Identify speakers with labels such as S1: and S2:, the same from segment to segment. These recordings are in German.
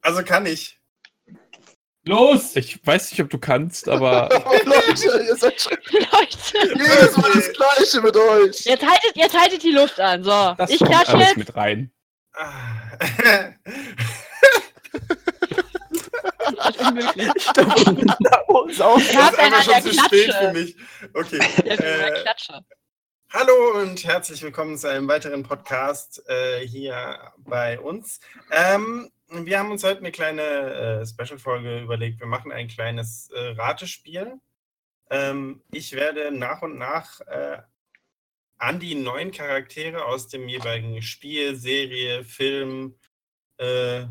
S1: Also kann ich.
S2: Los! Ich weiß nicht, ob du kannst, aber
S3: Leute, ihr seid schon
S4: Leute,
S3: jedes Mal das Gleiche mit euch.
S4: jetzt haltet, jetzt haltet die Luft an. So,
S2: das
S4: ich
S2: kommt
S4: klatsch
S2: alles
S4: jetzt.
S2: mit rein.
S1: Ah.
S4: Unmöglich.
S1: Das
S4: Ich hab
S1: ist einfach
S4: einen
S1: schon
S4: an
S1: zu
S4: der
S1: spät für
S4: Klatsche.
S1: mich. Okay.
S4: Der
S1: Äh,
S4: Klatsche.
S1: hallo und herzlich willkommen zu einem weiteren Podcast äh, hier bei uns. Ähm, wir haben uns heute eine kleine äh, Special-Folge überlegt. Wir machen ein kleines äh, Ratespiel. Ähm, ich werde nach und nach äh, an die neuen Charaktere aus dem jeweiligen Spiel, Serie, Film, äh,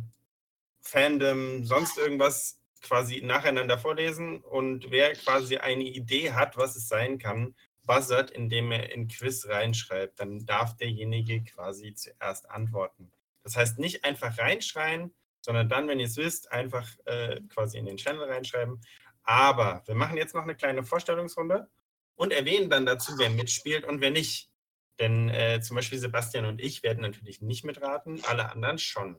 S1: Fandom, sonst irgendwas quasi nacheinander vorlesen. Und wer quasi eine Idee hat, was es sein kann, buzzert, indem er in Quiz reinschreibt. Dann darf derjenige quasi zuerst antworten. Das heißt, nicht einfach reinschreien, sondern dann, wenn ihr es wisst, einfach äh, quasi in den Channel reinschreiben. Aber wir machen jetzt noch eine kleine Vorstellungsrunde und erwähnen dann dazu, wer mitspielt und wer nicht. Denn äh, zum Beispiel Sebastian und ich werden natürlich nicht mitraten, alle anderen schon.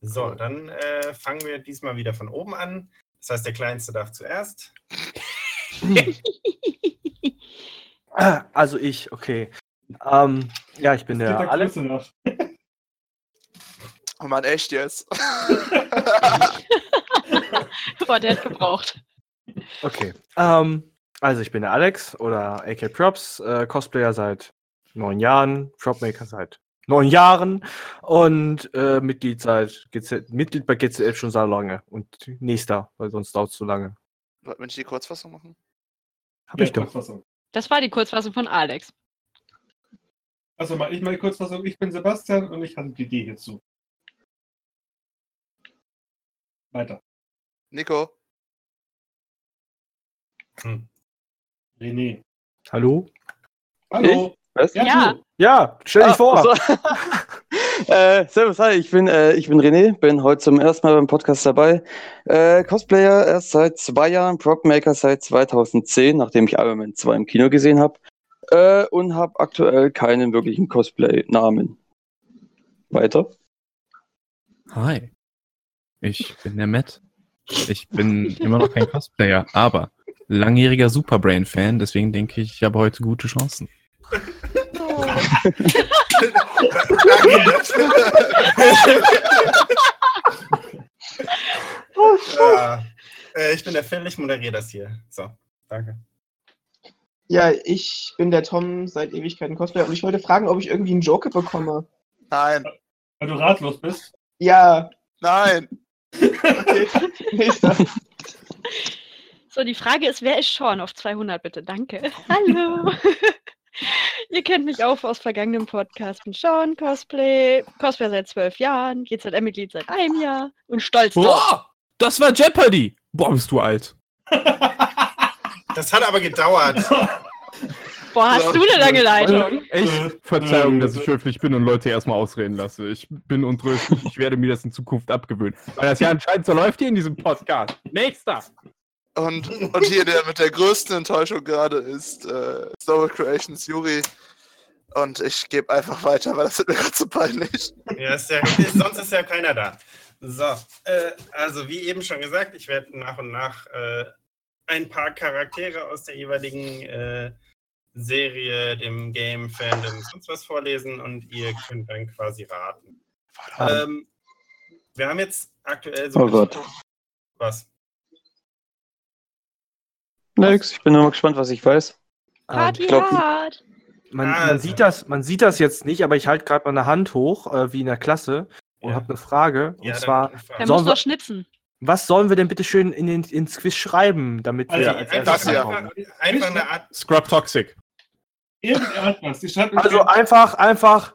S1: So, dann äh, fangen wir diesmal wieder von oben an. Das heißt, der Kleinste darf zuerst.
S5: Ah, Also ich, okay. Ähm, ja, ich bin der Alex.
S2: nach.
S3: Oh Mann, echt jetzt?
S4: Boah, Oh, der hat gebraucht.
S5: Okay. Ähm, also ich bin der Alex oder AK Props, äh, Cosplayer seit neun Jahren, Propmaker seit neun Jahren und äh, Mitglied seit GZ, Mitglied bei GZL schon sehr lange und nächster, weil sonst dauert es zu lange.
S3: Warte, Wenn ich die Kurzfassung machen?
S5: Hab ich doch.
S4: Das war die Kurzfassung von Alex.
S2: Also mal, ich meine Kurzfassung, ich bin Sebastian und ich hatte die Idee hierzu. Weiter.
S3: Nico,
S1: Hm.
S2: René.
S5: Hallo?
S2: Hallo.
S6: Was?
S4: Ja.
S2: du.
S5: Ja, stell dich
S6: Ah,
S5: vor. Ähm,
S6: so. äh, servus, hi, ich bin, äh, ich bin René, bin heute zum ersten Mal beim Podcast dabei. Äh, Cosplayer erst seit zwei Jahren, Propmaker seit 2010, nachdem ich Iron Man 2 im Kino gesehen habe. Äh, und habe aktuell keinen wirklichen Cosplay-Namen. Weiter.
S7: Hi. Ich bin der Matt. Ich bin immer noch kein Cosplayer, aber langjähriger Superbrain-Fan, deswegen denke ich, ich habe heute gute Chancen.
S1: ja. äh, ich bin der Phil, ich moderiere das hier. So, danke.
S8: Ja, ich bin der Tom seit Ewigkeiten Cosplayer und ich wollte fragen, ob ich irgendwie einen Joker bekomme.
S3: Nein,
S2: Weil du ratlos bist.
S8: Ja,
S3: nein.
S8: okay. Nächster.
S4: So, die Frage ist, wer ist Sean auf 200, bitte? Danke. Hallo. Ihr kennt mich auch aus vergangenen Podcasts. Bin Sean, Cosplay, Cosplay seit zwölf Jahren, GZM-Mitglied seit einem Jahr und stolz drauf.
S7: Boah, das war Jeopardy! Boah, bist du alt.
S1: Das hat aber gedauert.
S4: Boah, hast du eine lange Leitung.
S2: Äh,
S7: Echt? Äh, Verzeihung, dass ich höflich bin und Leute erstmal ausreden lasse. Ich bin untröstlich, ich werde mir das in Zukunft abgewöhnen. Weil das ja anscheinend so läuft hier in diesem Podcast. Nächster!
S3: Und, und hier der mit der größten Enttäuschung gerade ist äh, Star Wars Creations Yuri. Und ich gebe einfach weiter, weil das wird mir gerade zu peinlich.
S1: Ja, ist ja, ist, sonst ist ja keiner da. So, äh, also wie eben schon gesagt, ich werde nach und nach äh, ein paar Charaktere aus der jeweiligen äh, Serie, dem Game, Fandom, sonst was vorlesen und ihr könnt dann quasi raten.
S5: Ah.
S1: Ähm, wir haben jetzt aktuell so.
S6: Oh Gott.
S1: Was?
S6: Nix, ich bin nur mal gespannt, was ich weiß.
S5: Ähm,
S4: Party
S6: glaub-
S4: hart.
S5: Man, man,
S1: Also.
S5: sieht das, man sieht das jetzt nicht, aber ich halte gerade meine Hand hoch, äh, wie in der Klasse, und
S1: Ja.
S5: habe eine Frage. Und
S1: Ja, dann-
S5: zwar,
S4: Der
S5: Sollen
S4: muss
S5: wir-
S4: noch schnitzen.
S5: was sollen wir denn bitte schön in den, ins Quiz schreiben, damit wir
S2: Also,
S5: als
S1: einfach,
S5: erstes
S3: das hier.
S5: ankommen?
S1: einfach, einfach eine Art.
S7: Scrub Toxic.
S2: Irgendetwas. äh, Ich schreibe
S5: Also einfach, einfach.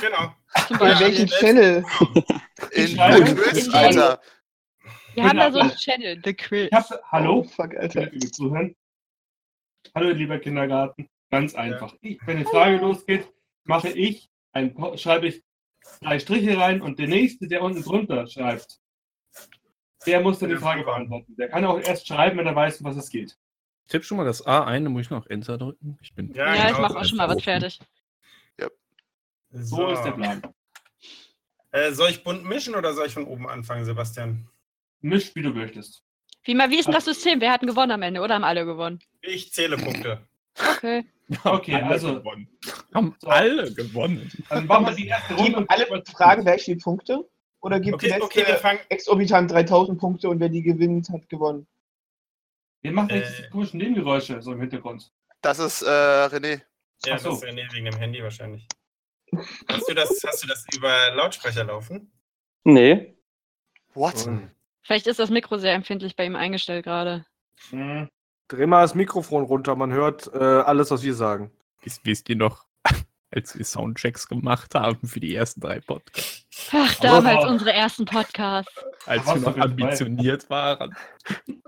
S1: Genau.
S4: Zum
S8: In
S4: Beispiel.
S8: welchem Channel?
S3: In
S2: meine-
S3: der Quiz,
S4: in-
S3: Alter.
S4: Wir haben da so einen Channel, The Quiz.
S2: Ich hab,
S8: Oh,
S2: hallo?
S8: fuck, Alter.
S2: Danke fürs Zuhören. Hallo, lieber Kindergarten. Ganz einfach. Ich, wenn die Frage losgeht, mache ich ein, Po- schreibe ich drei Striche rein und der nächste, der unten drunter schreibt, der muss dann die Frage beantworten. Der kann auch erst schreiben, wenn er weiß, um was es geht.
S7: Tipp schon mal das A ein, dann muss ich noch Enter drücken. Ich bin.
S1: Ja,
S4: Ja, ich
S1: genau
S4: mache auch schon mal was fertig.
S1: So,
S2: So ist der Plan.
S1: Äh, Äh, soll ich bunt mischen oder soll ich von oben anfangen, Sebastian?
S2: Misch, wie du möchtest.
S4: Wie, mal, wie ist denn das System? Wer hat denn gewonnen am Ende? Oder haben alle gewonnen?
S1: Ich zähle Punkte.
S4: Okay.
S2: Okay, also
S7: Gewonnen. Haben alle gewonnen.
S2: dann machen wir die erste Runde.
S8: Geben alle Fragen gleich viel Punkte? Oder gibt die
S1: Okay,
S8: letzte
S1: okay, wir fangen.
S8: exorbitant 3000 Punkte und wer die gewinnt, hat gewonnen?
S2: Wir machen
S1: Äh.
S2: jetzt komischen Nebengeräusche so im Hintergrund.
S3: Das ist äh, René.
S1: Ja,
S2: Ach so.
S1: das ist René wegen dem Handy wahrscheinlich. Hast du das, hast du das über Lautsprecher laufen?
S6: Nee.
S3: What?
S2: Oh.
S4: Vielleicht ist das Mikro sehr empfindlich bei ihm eingestellt gerade.
S2: Hm.
S5: Dreh mal das Mikrofon runter, man hört äh, alles, was wir sagen.
S7: Wisst wisst ihr noch, als wir Soundchecks gemacht haben für die ersten drei Podcasts?
S4: Ach, damals
S2: Oh.
S4: unsere ersten Podcasts.
S7: Als
S2: Da
S7: wir
S2: warst
S7: noch
S2: du mit bei.
S7: ambitioniert waren.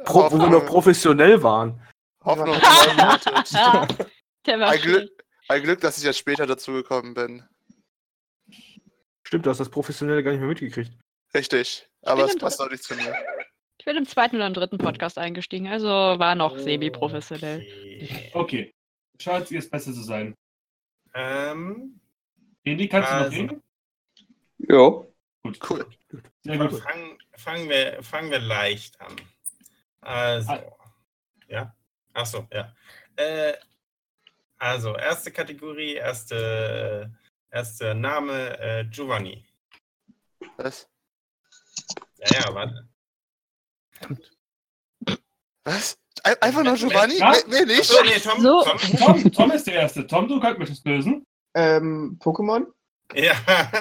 S5: Pro, wo wir
S3: Hoffnung,
S5: noch professionell waren.
S3: Hoffnung neu erwartet.
S4: Ah, der war
S3: Ein Glück,
S4: schön.
S3: ein Glück, dass ich jetzt später dazugekommen bin.
S5: Stimmt, du hast das Professionelle gar nicht mehr mitgekriegt.
S3: Richtig. Aber
S4: bin
S3: es
S4: im
S3: passt auch nicht zu mir.
S4: Ich bin im zweiten oder im dritten Podcast eingestiegen, also war
S3: Oh,
S4: noch semi-professionell.
S1: Okay.
S2: Okay. Schaut ihr es besser zu sein.
S1: Ähm,
S2: Andy, kannst
S1: Also.
S2: du noch reden?
S6: Jo.
S2: Gut.
S3: Cool.
S2: Sehr
S1: dann
S2: gut.
S1: fangen, fangen, wir, fangen wir leicht an. Also, ja. Ach so, ja. Äh, also, erste Kategorie, erste, erste Name, äh, Giovanni.
S3: Was?
S1: Ja, ja, warte.
S3: Was? Ein, einfach nur Giovanni?
S2: Ja?
S3: Nee, nee, nicht.
S1: Achso, nee, Tom,
S4: So.
S1: Tom.
S2: Tom, Tom ist der Erste. Tom, du kannst mich das lösen.
S8: Ähm, Pokémon?
S1: Ja.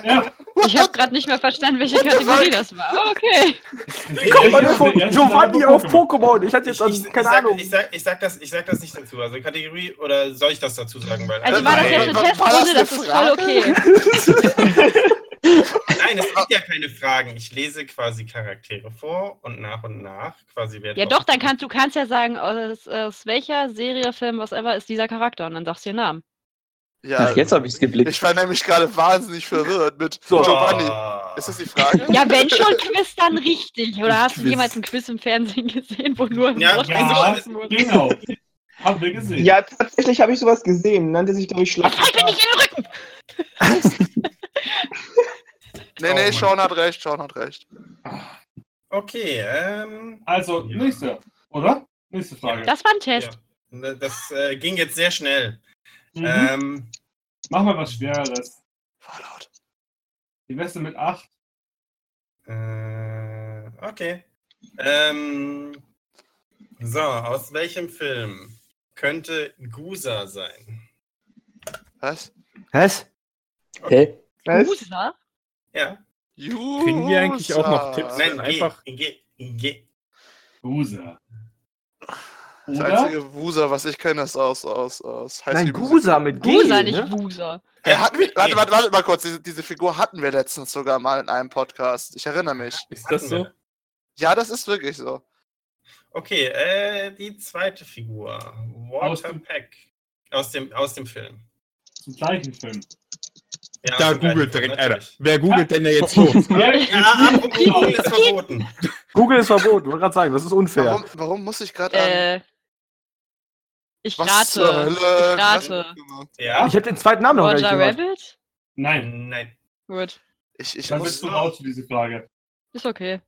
S2: Ja.
S4: Ich habe gerade nicht mehr verstanden, welche
S3: What the
S4: Kategorie
S3: fuck?
S4: das war. Oh, Okay.
S2: Komm äh,
S5: Giovanni auf Pokémon! Ich hatte
S1: Ich,
S5: jetzt
S1: ich,
S5: an,
S1: ich,
S5: keine
S1: sag,
S5: Ahnung.
S1: ich, sag, ich, sag das, ich sag das nicht dazu. Also Kategorie, oder soll ich das dazu sagen? Weil
S4: Also
S3: Das
S4: war das
S3: war-
S4: jetzt eine
S3: war das
S4: Testrunde,
S3: eine
S4: das ist voll
S3: Frage?
S4: okay.
S1: Nein, es gibt ja keine Fragen. Ich lese quasi Charaktere vor und nach und nach quasi wer
S4: Ja
S1: drauf-
S4: doch, dann kannst du kannst ja sagen, aus, aus welcher Serie, Film, was ever ist dieser Charakter und dann sagst du den Namen.
S3: Ja,
S6: Ach, jetzt habe ich es geblickt.
S3: ich war nämlich gerade wahnsinnig verwirrt mit
S5: So.
S3: Giovanni.
S1: Ah.
S3: Ist das die Frage?
S4: Ja, wenn schon Quiz, dann richtig. Oder hast du
S7: Quiz.
S4: jemals ein Quiz im Fernsehen gesehen, wo nur ein
S1: Ja,
S4: Wort
S1: ja.
S4: eingeschmissen wurde?
S2: Genau. Haben wir gesehen.
S8: Ja, tatsächlich habe ich sowas gesehen. Nannte sich, glaube ich, Schlag.
S4: Halt mir nicht in den Rücken!
S3: Nee,
S1: Oh
S3: nee,
S1: Mann.
S3: Sean hat recht, Sean hat recht.
S1: Okay, ähm,
S2: Also,
S1: Ja.
S2: nächste, oder? Nächste Frage.
S4: Das war ein Test.
S1: ne, das äh, ging jetzt sehr schnell.
S2: Mhm.
S1: Ähm,
S2: Mach mal was Schwereres.
S3: Fallout.
S2: Die Beste mit 8.
S1: äh, okay. Ähm, so, aus welchem Film könnte Gusa sein?
S3: Was?
S5: Was?
S6: Hä?
S8: Was?
S4: Musa?
S1: Ja.
S3: Juhu.
S7: Kriegen wir eigentlich auch noch Tipps?
S1: Nein,
S7: Dann
S1: G,
S7: einfach-
S1: G, G.
S2: Gusa.
S3: Das
S2: Oder?
S3: einzige Wusa, was ich kenne, ist aus, aus, aus High
S5: Nein,
S3: School
S5: Gusa mit G.
S4: Musa,
S5: ne?
S4: nicht Wusa.
S3: Äh, hatten wir, warte,
S1: G.
S3: warte, warte mal kurz, diese, diese Figur hatten wir letztens sogar mal in einem Podcast. Ich erinnere mich.
S7: Ist das so?
S3: Ja, das ist wirklich so.
S1: Okay, äh, die zweite Figur.
S2: Aus
S1: Walter
S2: dem-
S1: Peck. Aus dem, aus dem Film.
S2: Zum gleichen Film.
S1: Ja,
S7: Da
S1: aus dem gleichen Film,
S7: googelt direkt einer.
S1: natürlich. Genau.
S7: Wer googelt denn da jetzt so?
S1: Ja, apropos, Google ist verboten.
S5: Google ist verboten, wollte gerade sagen, das ist unfair.
S3: Warum, warum muss ich gerade an.
S4: Äh, ich
S3: Ähm, was zur
S4: rate.
S3: Hölle?
S4: Ich rate.
S1: Ja?
S5: Ich habe den zweiten Namen noch gar nicht
S4: Roger
S5: gehört.
S4: Rabbit?
S2: Nein.
S1: Nein.
S4: Gut,
S3: Ich, ich
S2: Dann bist
S3: muss.
S2: du raus für diese Frage.
S4: ist okay.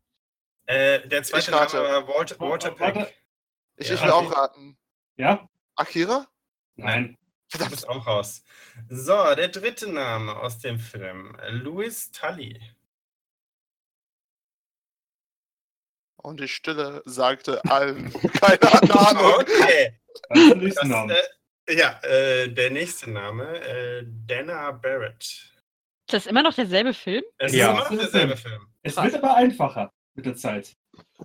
S1: Äh, der zweite
S3: Ich rate.
S1: Name war Walter, Walter
S2: Oh, Warte.
S1: Peck.
S3: Ich,
S1: Ja.
S3: ich will auch raten.
S2: Ja?
S3: Akira?
S2: Nein.
S1: Du bist auch raus. So, der dritte Name aus dem Film. Louis Tully.
S3: Und die Stille sagte allen. Keine Ahnung.
S1: Okay.
S2: Dann zum nächsten
S1: Das,
S2: Namen.
S1: äh, ja, äh, der nächste Name. Äh, Dana Barrett.
S4: Ist das immer noch derselbe Film?
S1: Es ist
S7: Ja.
S1: immer noch derselbe Film.
S2: Es wird aber einfacher mit der Zeit.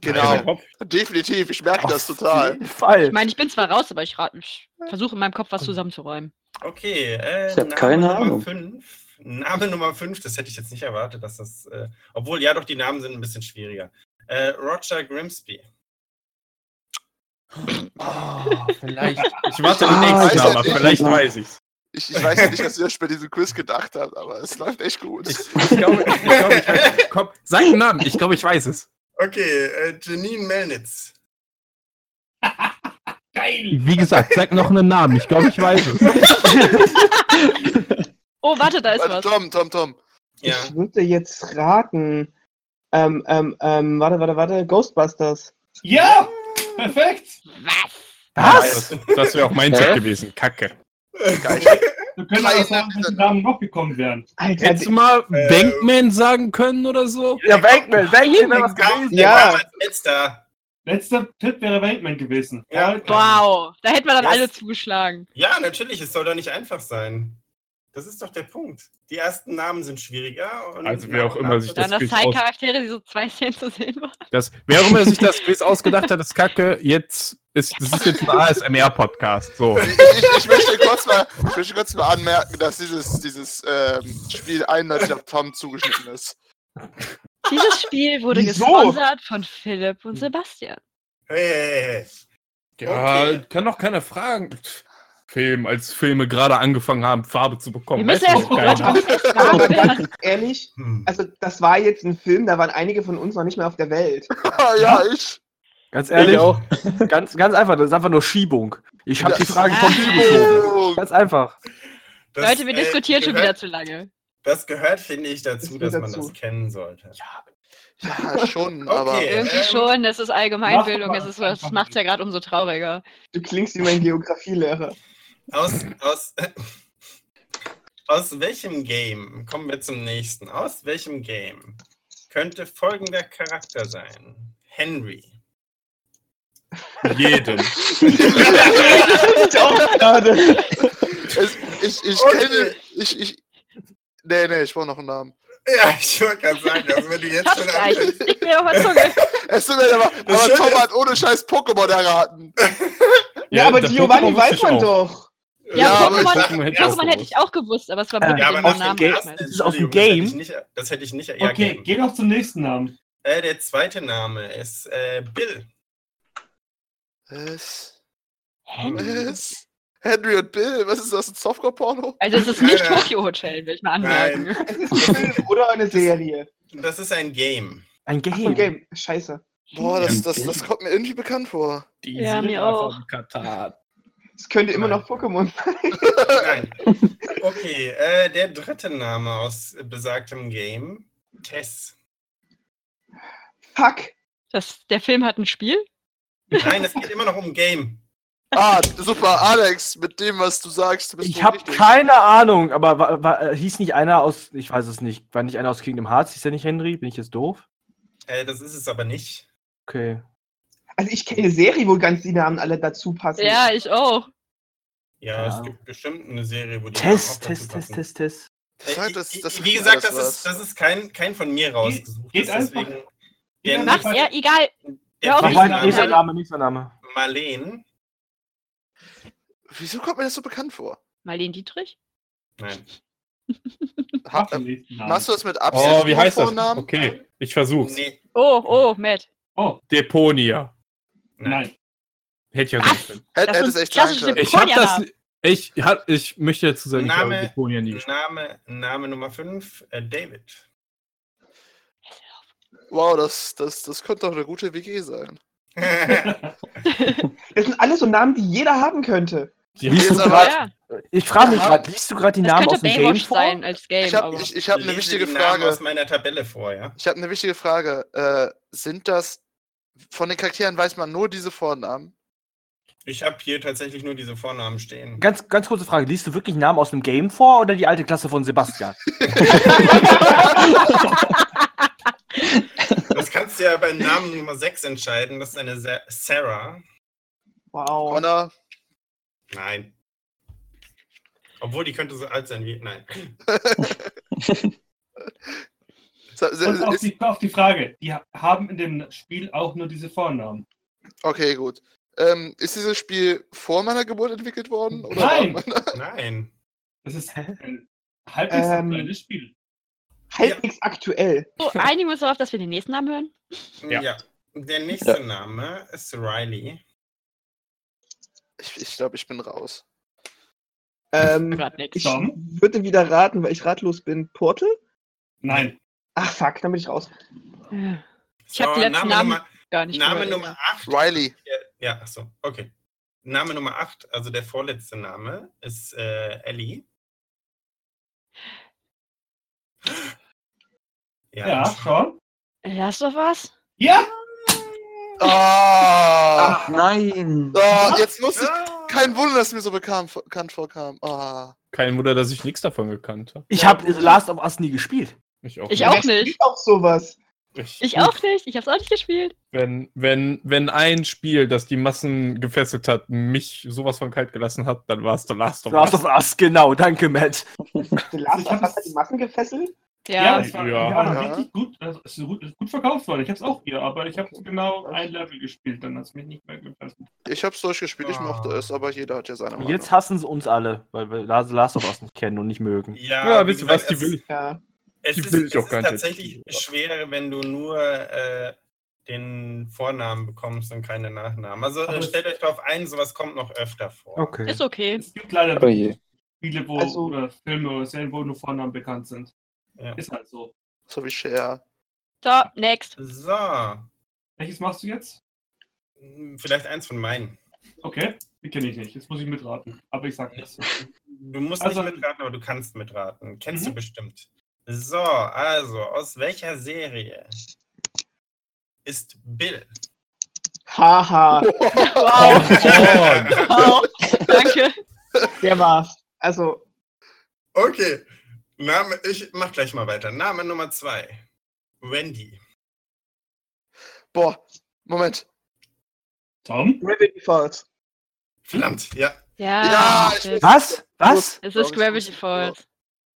S3: Genau. Definitiv. Ich merke das
S5: Auf
S3: total.
S5: jeden Fall.
S4: Ich meine, ich bin zwar raus, aber ich rate. Ich versuche in meinem Kopf was zusammenzuräumen.
S1: Okay, äh,
S6: Ich hab keine Ahnung.
S1: Fünf, Name Nummer 5, das hätte ich jetzt nicht erwartet, dass das. Äh, obwohl, ja, doch, die Namen sind ein bisschen schwieriger. Äh, Roger Grimsby.
S7: Oh, vielleicht. Ich warte
S6: Ah,
S7: den nächsten
S3: ich
S7: Namen, ab,
S3: weiß
S7: vielleicht
S6: nicht.
S7: weiß ich's.
S3: Ich, ich weiß ja nicht, dass ihr euch bei diesem Quiz gedacht habt, aber es läuft echt gut.
S7: Ich, ich glaube, ich, glaub, ich weiß. Komm, sag einen Namen, ich glaube, ich weiß es.
S1: Okay, äh, Janine Melnitz.
S2: Geil!
S7: Wie gesagt, sag noch einen Namen, ich glaube, ich weiß es.
S4: Oh, warte, da ist
S3: Warte,
S4: was.
S3: Also, Tom, Tom, Tom.
S1: Ja.
S8: Ich würde jetzt raten. Ähm, ähm, ähm, warte, warte, warte. Ghostbusters.
S2: Ja! Perfekt!
S5: Was?
S7: Ja, Das, das wäre auch mein
S6: Hä?
S7: Tipp gewesen. Kacke.
S2: Wir können aber sagen, dass die Namen noch gekommen wären.
S8: Alter,
S7: Hättest du mal
S8: äh,
S7: Bankman sagen können oder so?
S5: Ja, Bankman, Bankman wäre was
S1: Kam,
S5: gewesen.
S1: der
S8: Ja.
S1: war als letzter.
S2: Letzter Tipp wäre Bankman gewesen.
S1: Ja.
S2: Alter,
S4: Wow, da hätten wir dann
S1: Das-
S4: alle zugeschlagen.
S1: Ja, natürlich, es soll doch nicht einfach sein. Das ist doch der Punkt. Die ersten Namen sind schwieriger. Und
S7: Also wer auch immer sich
S4: Dann,
S7: Das
S4: dass
S7: Bild
S4: zwei
S7: aus-
S4: Charaktere, die so zwei Szenen zu sehen waren.
S7: Das, wer auch immer sich das Quiz ausgedacht hat, ist Kacke. Jetzt ist, das ist jetzt ein ASMR-Podcast. So.
S3: Ich, ich, ich, möchte kurz mal, ich möchte kurz mal anmerken, dass dieses, dieses ähm, Spiel eindeutig auf Tom zugeschnitten ist.
S4: Dieses Spiel wurde
S8: Wieso?
S4: gesponsert von Philipp und Sebastian.
S1: Hey, hey, hey.
S7: Ja,
S1: Okay.
S7: kann doch keiner fragen. Pff, Film, als Filme gerade angefangen haben, Farbe zu
S4: Wir
S7: bekommen.
S4: müssen
S7: weiß
S4: erst
S7: doch keiner.
S4: mal
S8: Aber
S4: fragen.
S8: ganz ehrlich,
S1: Hm.
S8: also das war jetzt ein Film, da waren einige von uns noch nicht mehr auf der Welt.
S3: Ah, ja, ich.
S5: Ganz ehrlich,
S7: Ich auch.
S5: ganz, ganz einfach, das ist einfach nur Schiebung. Ich habe
S3: Ja.
S5: die Frage vom
S3: Oh.
S4: Ah.
S5: Schiebung. Ganz einfach.
S1: Das,
S4: Leute, wir
S1: äh,
S4: diskutieren schon wieder
S1: gehört,
S4: zu lange.
S1: Das gehört, finde ich, dazu, dass
S8: Das gehört
S1: man
S8: dazu.
S1: das kennen sollte.
S3: Ja, schon,
S1: Okay.
S3: aber.
S4: Irgendwie
S1: ähm,
S4: schon, das ist Allgemeinbildung,
S2: mach
S4: es
S2: doch
S4: ist, das
S2: einfach
S4: macht es ja gerade umso trauriger.
S8: Du klingst wie mein Geografielehrer.
S1: Aus, aus, aus welchem Game, kommen wir zum nächsten, aus welchem Game könnte folgender Charakter sein? Henry.
S7: Jedem.
S8: Ich auch gerade.
S3: Es, ich ich kenne. Ich, ich, nee, nee, ich brauche noch einen Namen.
S1: Ja, ich wollte gerade sagen, also wenn du jetzt
S4: Hab's
S1: schon
S4: gleich,
S1: an-
S4: es liegt mir auf der Zunge.
S3: Es sind aber, aber Tom hat ohne Scheiß Pokémon erraten.
S8: Ja, aber Giovanni weiß man doch.
S4: Ja,
S3: Ja, aber ich
S4: Pokémon,
S1: sag- ja,
S4: Pokémon hätte ich auch gewusst, aber es war bitte
S1: Ja,
S4: den
S1: aber aus
S4: Namen.
S1: dem Game.
S4: erstmal.
S5: Das ist aus dem
S1: Entschuldigung,
S5: Game?
S1: Das hätte ich nicht. Das hätte ich nicht ja,
S2: Okay,
S1: Game.
S2: geh doch zum nächsten Namen.
S1: Äh, der zweite Name ist äh, Bill.
S3: Was?
S4: Henry.
S3: Was? Henry und Bill, was ist das, ein Softcore-Porno?
S4: Also es ist nicht
S1: Nein, nein.
S4: Tokyo Hotel, will ich mal anmerken.
S8: Es ist ein Film oder eine Serie.
S1: Das ist ein Game.
S5: Ein Game.
S8: Ein Game. Scheiße.
S3: Boah, das, das, das kommt mir irgendwie bekannt vor.
S4: Ja, mir auch.
S7: Katar.
S8: Es könnte immer
S1: Nein.
S8: noch Pokémon sein.
S1: Nein. Okay, äh, der dritte Name aus besagtem Game. Tess.
S8: Fuck.
S4: Das, der Film hat ein Spiel?
S1: Nein, es geht immer noch um Game.
S3: Ah, super, Alex, mit dem, was du sagst, bist
S5: Ich
S3: du
S5: habe
S3: richtig.
S5: keine Ahnung, aber war, war, hieß nicht einer aus, ich weiß es nicht, war nicht einer aus Kingdom Hearts, hieß der nicht Henry? Bin ich jetzt doof?
S1: Äh, das ist es aber nicht.
S5: Okay.
S8: Also ich kenne eine Serie, wo ganz die Namen alle dazu passen.
S4: Ja, ich auch.
S1: Ja,
S5: Keine
S1: es
S5: Ahnung.
S1: gibt bestimmt eine Serie, wo die
S5: Test,
S1: Namen auch dazu
S5: Test, Test,
S1: passen.
S5: Test, Test.
S3: Das ist
S1: Äh,
S3: halt das- das
S1: wie
S3: ist
S1: gesagt,
S3: alles
S1: das
S3: was.
S1: ist, das ist kein, kein von mir rausgesucht.
S2: geht einfach.
S1: deswegen
S2: Geht
S1: der
S4: Mach's
S2: einfach.
S1: nächste-
S4: ja, egal.
S1: der
S4: Hör auf,
S5: Noch ein-
S4: Name.
S5: Nächster
S1: Name
S5: Name, nächster Name.
S1: Marleen.
S3: Wieso kommt mir das so bekannt vor?
S4: Marlene Dietrich?
S1: Nein.
S3: Ha, äh,
S2: zum nächsten Namen.
S3: machst du das mit Absicht?
S7: Oh, wie
S3: mit
S7: heißt das?
S3: Vornamen?
S7: Okay, ich versuch's.
S1: Nee,
S4: Oh, oh, Matt.
S2: Oh,
S7: Deponia.
S1: nein.
S2: nein.
S7: Hätte ich ja
S4: Was?
S7: sagen können.
S3: Hätte
S4: Das
S3: hätte
S4: sind
S3: es echt sein
S4: klassische
S3: können.
S7: Ich hab
S4: Deponia
S7: das.
S4: da.
S7: Ich, hab, ich möchte dazu sagen, ich
S1: Name-
S7: habe Deponia nie gespielt.
S1: Name, Name Nummer 5, äh, David.
S3: Wow, das, das, das könnte doch eine gute WG sein.
S8: Das sind alles so Namen, die jeder haben könnte.
S7: Die
S5: Liest du
S3: Jetzt aber-
S5: gerade,
S4: Ja,
S5: ich frage mich
S3: Ja.
S5: gerade, liest du gerade die
S4: das
S5: Namen
S4: könnte
S5: aus dem Game
S4: Baywatch
S5: vor?
S4: sein als Game,
S3: Ich habe
S4: aber.
S3: ich, ich hab
S1: Lese
S3: eine wichtige
S1: die Namen
S3: Frage.
S1: aus meiner Tabelle vor, ja.
S3: Ich habe eine wichtige Frage. Äh, sind das von den Charakteren weiß man nur diese Vornamen?
S1: Ich habe hier tatsächlich nur diese Vornamen stehen.
S5: Ganz, ganz kurze Frage, liest du wirklich Namen aus dem Game vor oder die alte Klasse von Sebastian?
S1: Das kannst du ja bei Namen Nummer 6 entscheiden. Das ist eine Sa- Sarah.
S8: Wow.
S3: Connor?
S1: Nein. Obwohl, die könnte so alt sein wie. Nein.
S3: Sa- sa-
S2: Und auf
S3: Also ist-
S2: die, auf die Frage, die haben in dem Spiel auch nur diese Vornamen.
S3: Okay, gut. Ähm, ist dieses Spiel vor meiner Geburt entwickelt worden? Oder
S2: Nein!
S3: nach meiner?
S1: Nein.
S2: Das ist ein halbwegs
S8: Ähm.
S2: aktuelles Spiel.
S8: Halbwegs aktuell.
S4: So, einigen wir uns darauf, dass wir den nächsten Namen hören.
S1: Ja.
S7: Ja.
S1: Der nächste Name ist Riley.
S3: Ich, ich glaube, ich bin raus.
S8: Ähm,
S4: Gerade nichts.
S8: ich
S2: Tom?
S8: würde wieder raten, weil ich ratlos bin. Portal?
S2: Nein.
S8: Ach fuck, dann bin ich raus.
S4: Ich hab die
S1: Name
S4: letzten Namen
S1: Nummer,
S4: Äh, Gar nicht.
S1: Name
S4: drüber
S1: Nummer 8.
S3: Riley.
S1: Ja, achso, okay. Name Nummer 8, also der vorletzte Name, ist äh, Ellie.
S2: Ja, schon.
S4: Last of Us?
S2: Ja!
S3: Ah,
S6: Ach nein.
S3: ah, jetzt muss ich. Kein Wunder, dass es mir so bekam- bekannt vorkam. Ah.
S7: Kein Wunder, dass ich nichts davon gekannt habe.
S5: Ich habe Last of Us nie gespielt.
S7: Ich auch.
S4: Ich
S7: nicht.
S4: auch nicht.
S8: Ist auch sowas.
S7: Ich-
S4: Ich auch nicht. Ich hab's auch nicht gespielt.
S7: Wenn, wenn, wenn ein Spiel, das die Massen gefesselt hat, mich sowas von kalt gelassen hat, dann war es The Last of
S5: Last
S7: Us.
S5: of Us, genau, danke, Matt.
S8: The Last of Us hat die Massen gefesselt?
S4: Ja.
S2: das war,
S7: Ja.
S2: ja. war
S3: Ja.
S2: richtig gut, das ist gut, ist gut verkauft worden. Ich hab's auch hier, aber ich habe genau ein Level gespielt, dann hat's mich nicht mehr gefressen.
S3: Ich hab's durchgespielt, ich mochte es, aber jeder hat ja seine Meinung.
S5: Jetzt hassen sie uns alle, weil wir La- Last of Us nicht kennen und nicht mögen.
S1: Ja,
S7: Ja,
S1: wie
S7: wisst ihr
S1: gesagt,
S7: was, die
S1: es-
S7: will ich.
S8: Ja.
S1: Es
S7: Die
S1: ist,
S7: will ich
S1: es
S7: auch
S1: ist
S7: gar nicht.
S1: tatsächlich schwer, wenn du nur äh, den Vornamen bekommst und keine Nachnamen. Also
S2: Aber
S1: äh,
S2: es-
S1: stellt euch darauf ein, sowas kommt noch öfter vor.
S5: Okay.
S4: Ist okay.
S2: Es gibt leider
S6: Oh je.
S2: Spiele wo,
S8: Also-
S2: oder Filme oder Serien, wo nur Vornamen bekannt sind.
S1: Ja.
S2: Ist halt so.
S3: So wie Share.
S4: So, next.
S1: So,
S2: Welches machst du jetzt?
S1: Hm, vielleicht eins von meinen.
S2: Okay, die kenne ich nicht. Jetzt muss ich mitraten. Aber ich sag nichts.
S1: Du musst
S2: Also-
S1: nicht mitraten, aber du kannst mitraten. Kennst du
S2: Mhm.
S1: bestimmt. So, also, aus welcher Serie ist Bill?
S8: Haha,
S4: Wow.
S7: Oh,
S4: wow. Danke.
S8: der war's. Also,
S1: Okay. Name, ich mach gleich mal weiter. Name Nummer zwei. Wendy.
S3: Boah, Moment.
S2: Tom?
S8: Gravity Falls.
S1: Verdammt, ja.
S4: Ja.
S3: Ja,
S4: shit.
S3: ich-
S5: Was? Was?
S4: es ist Gravity Falls.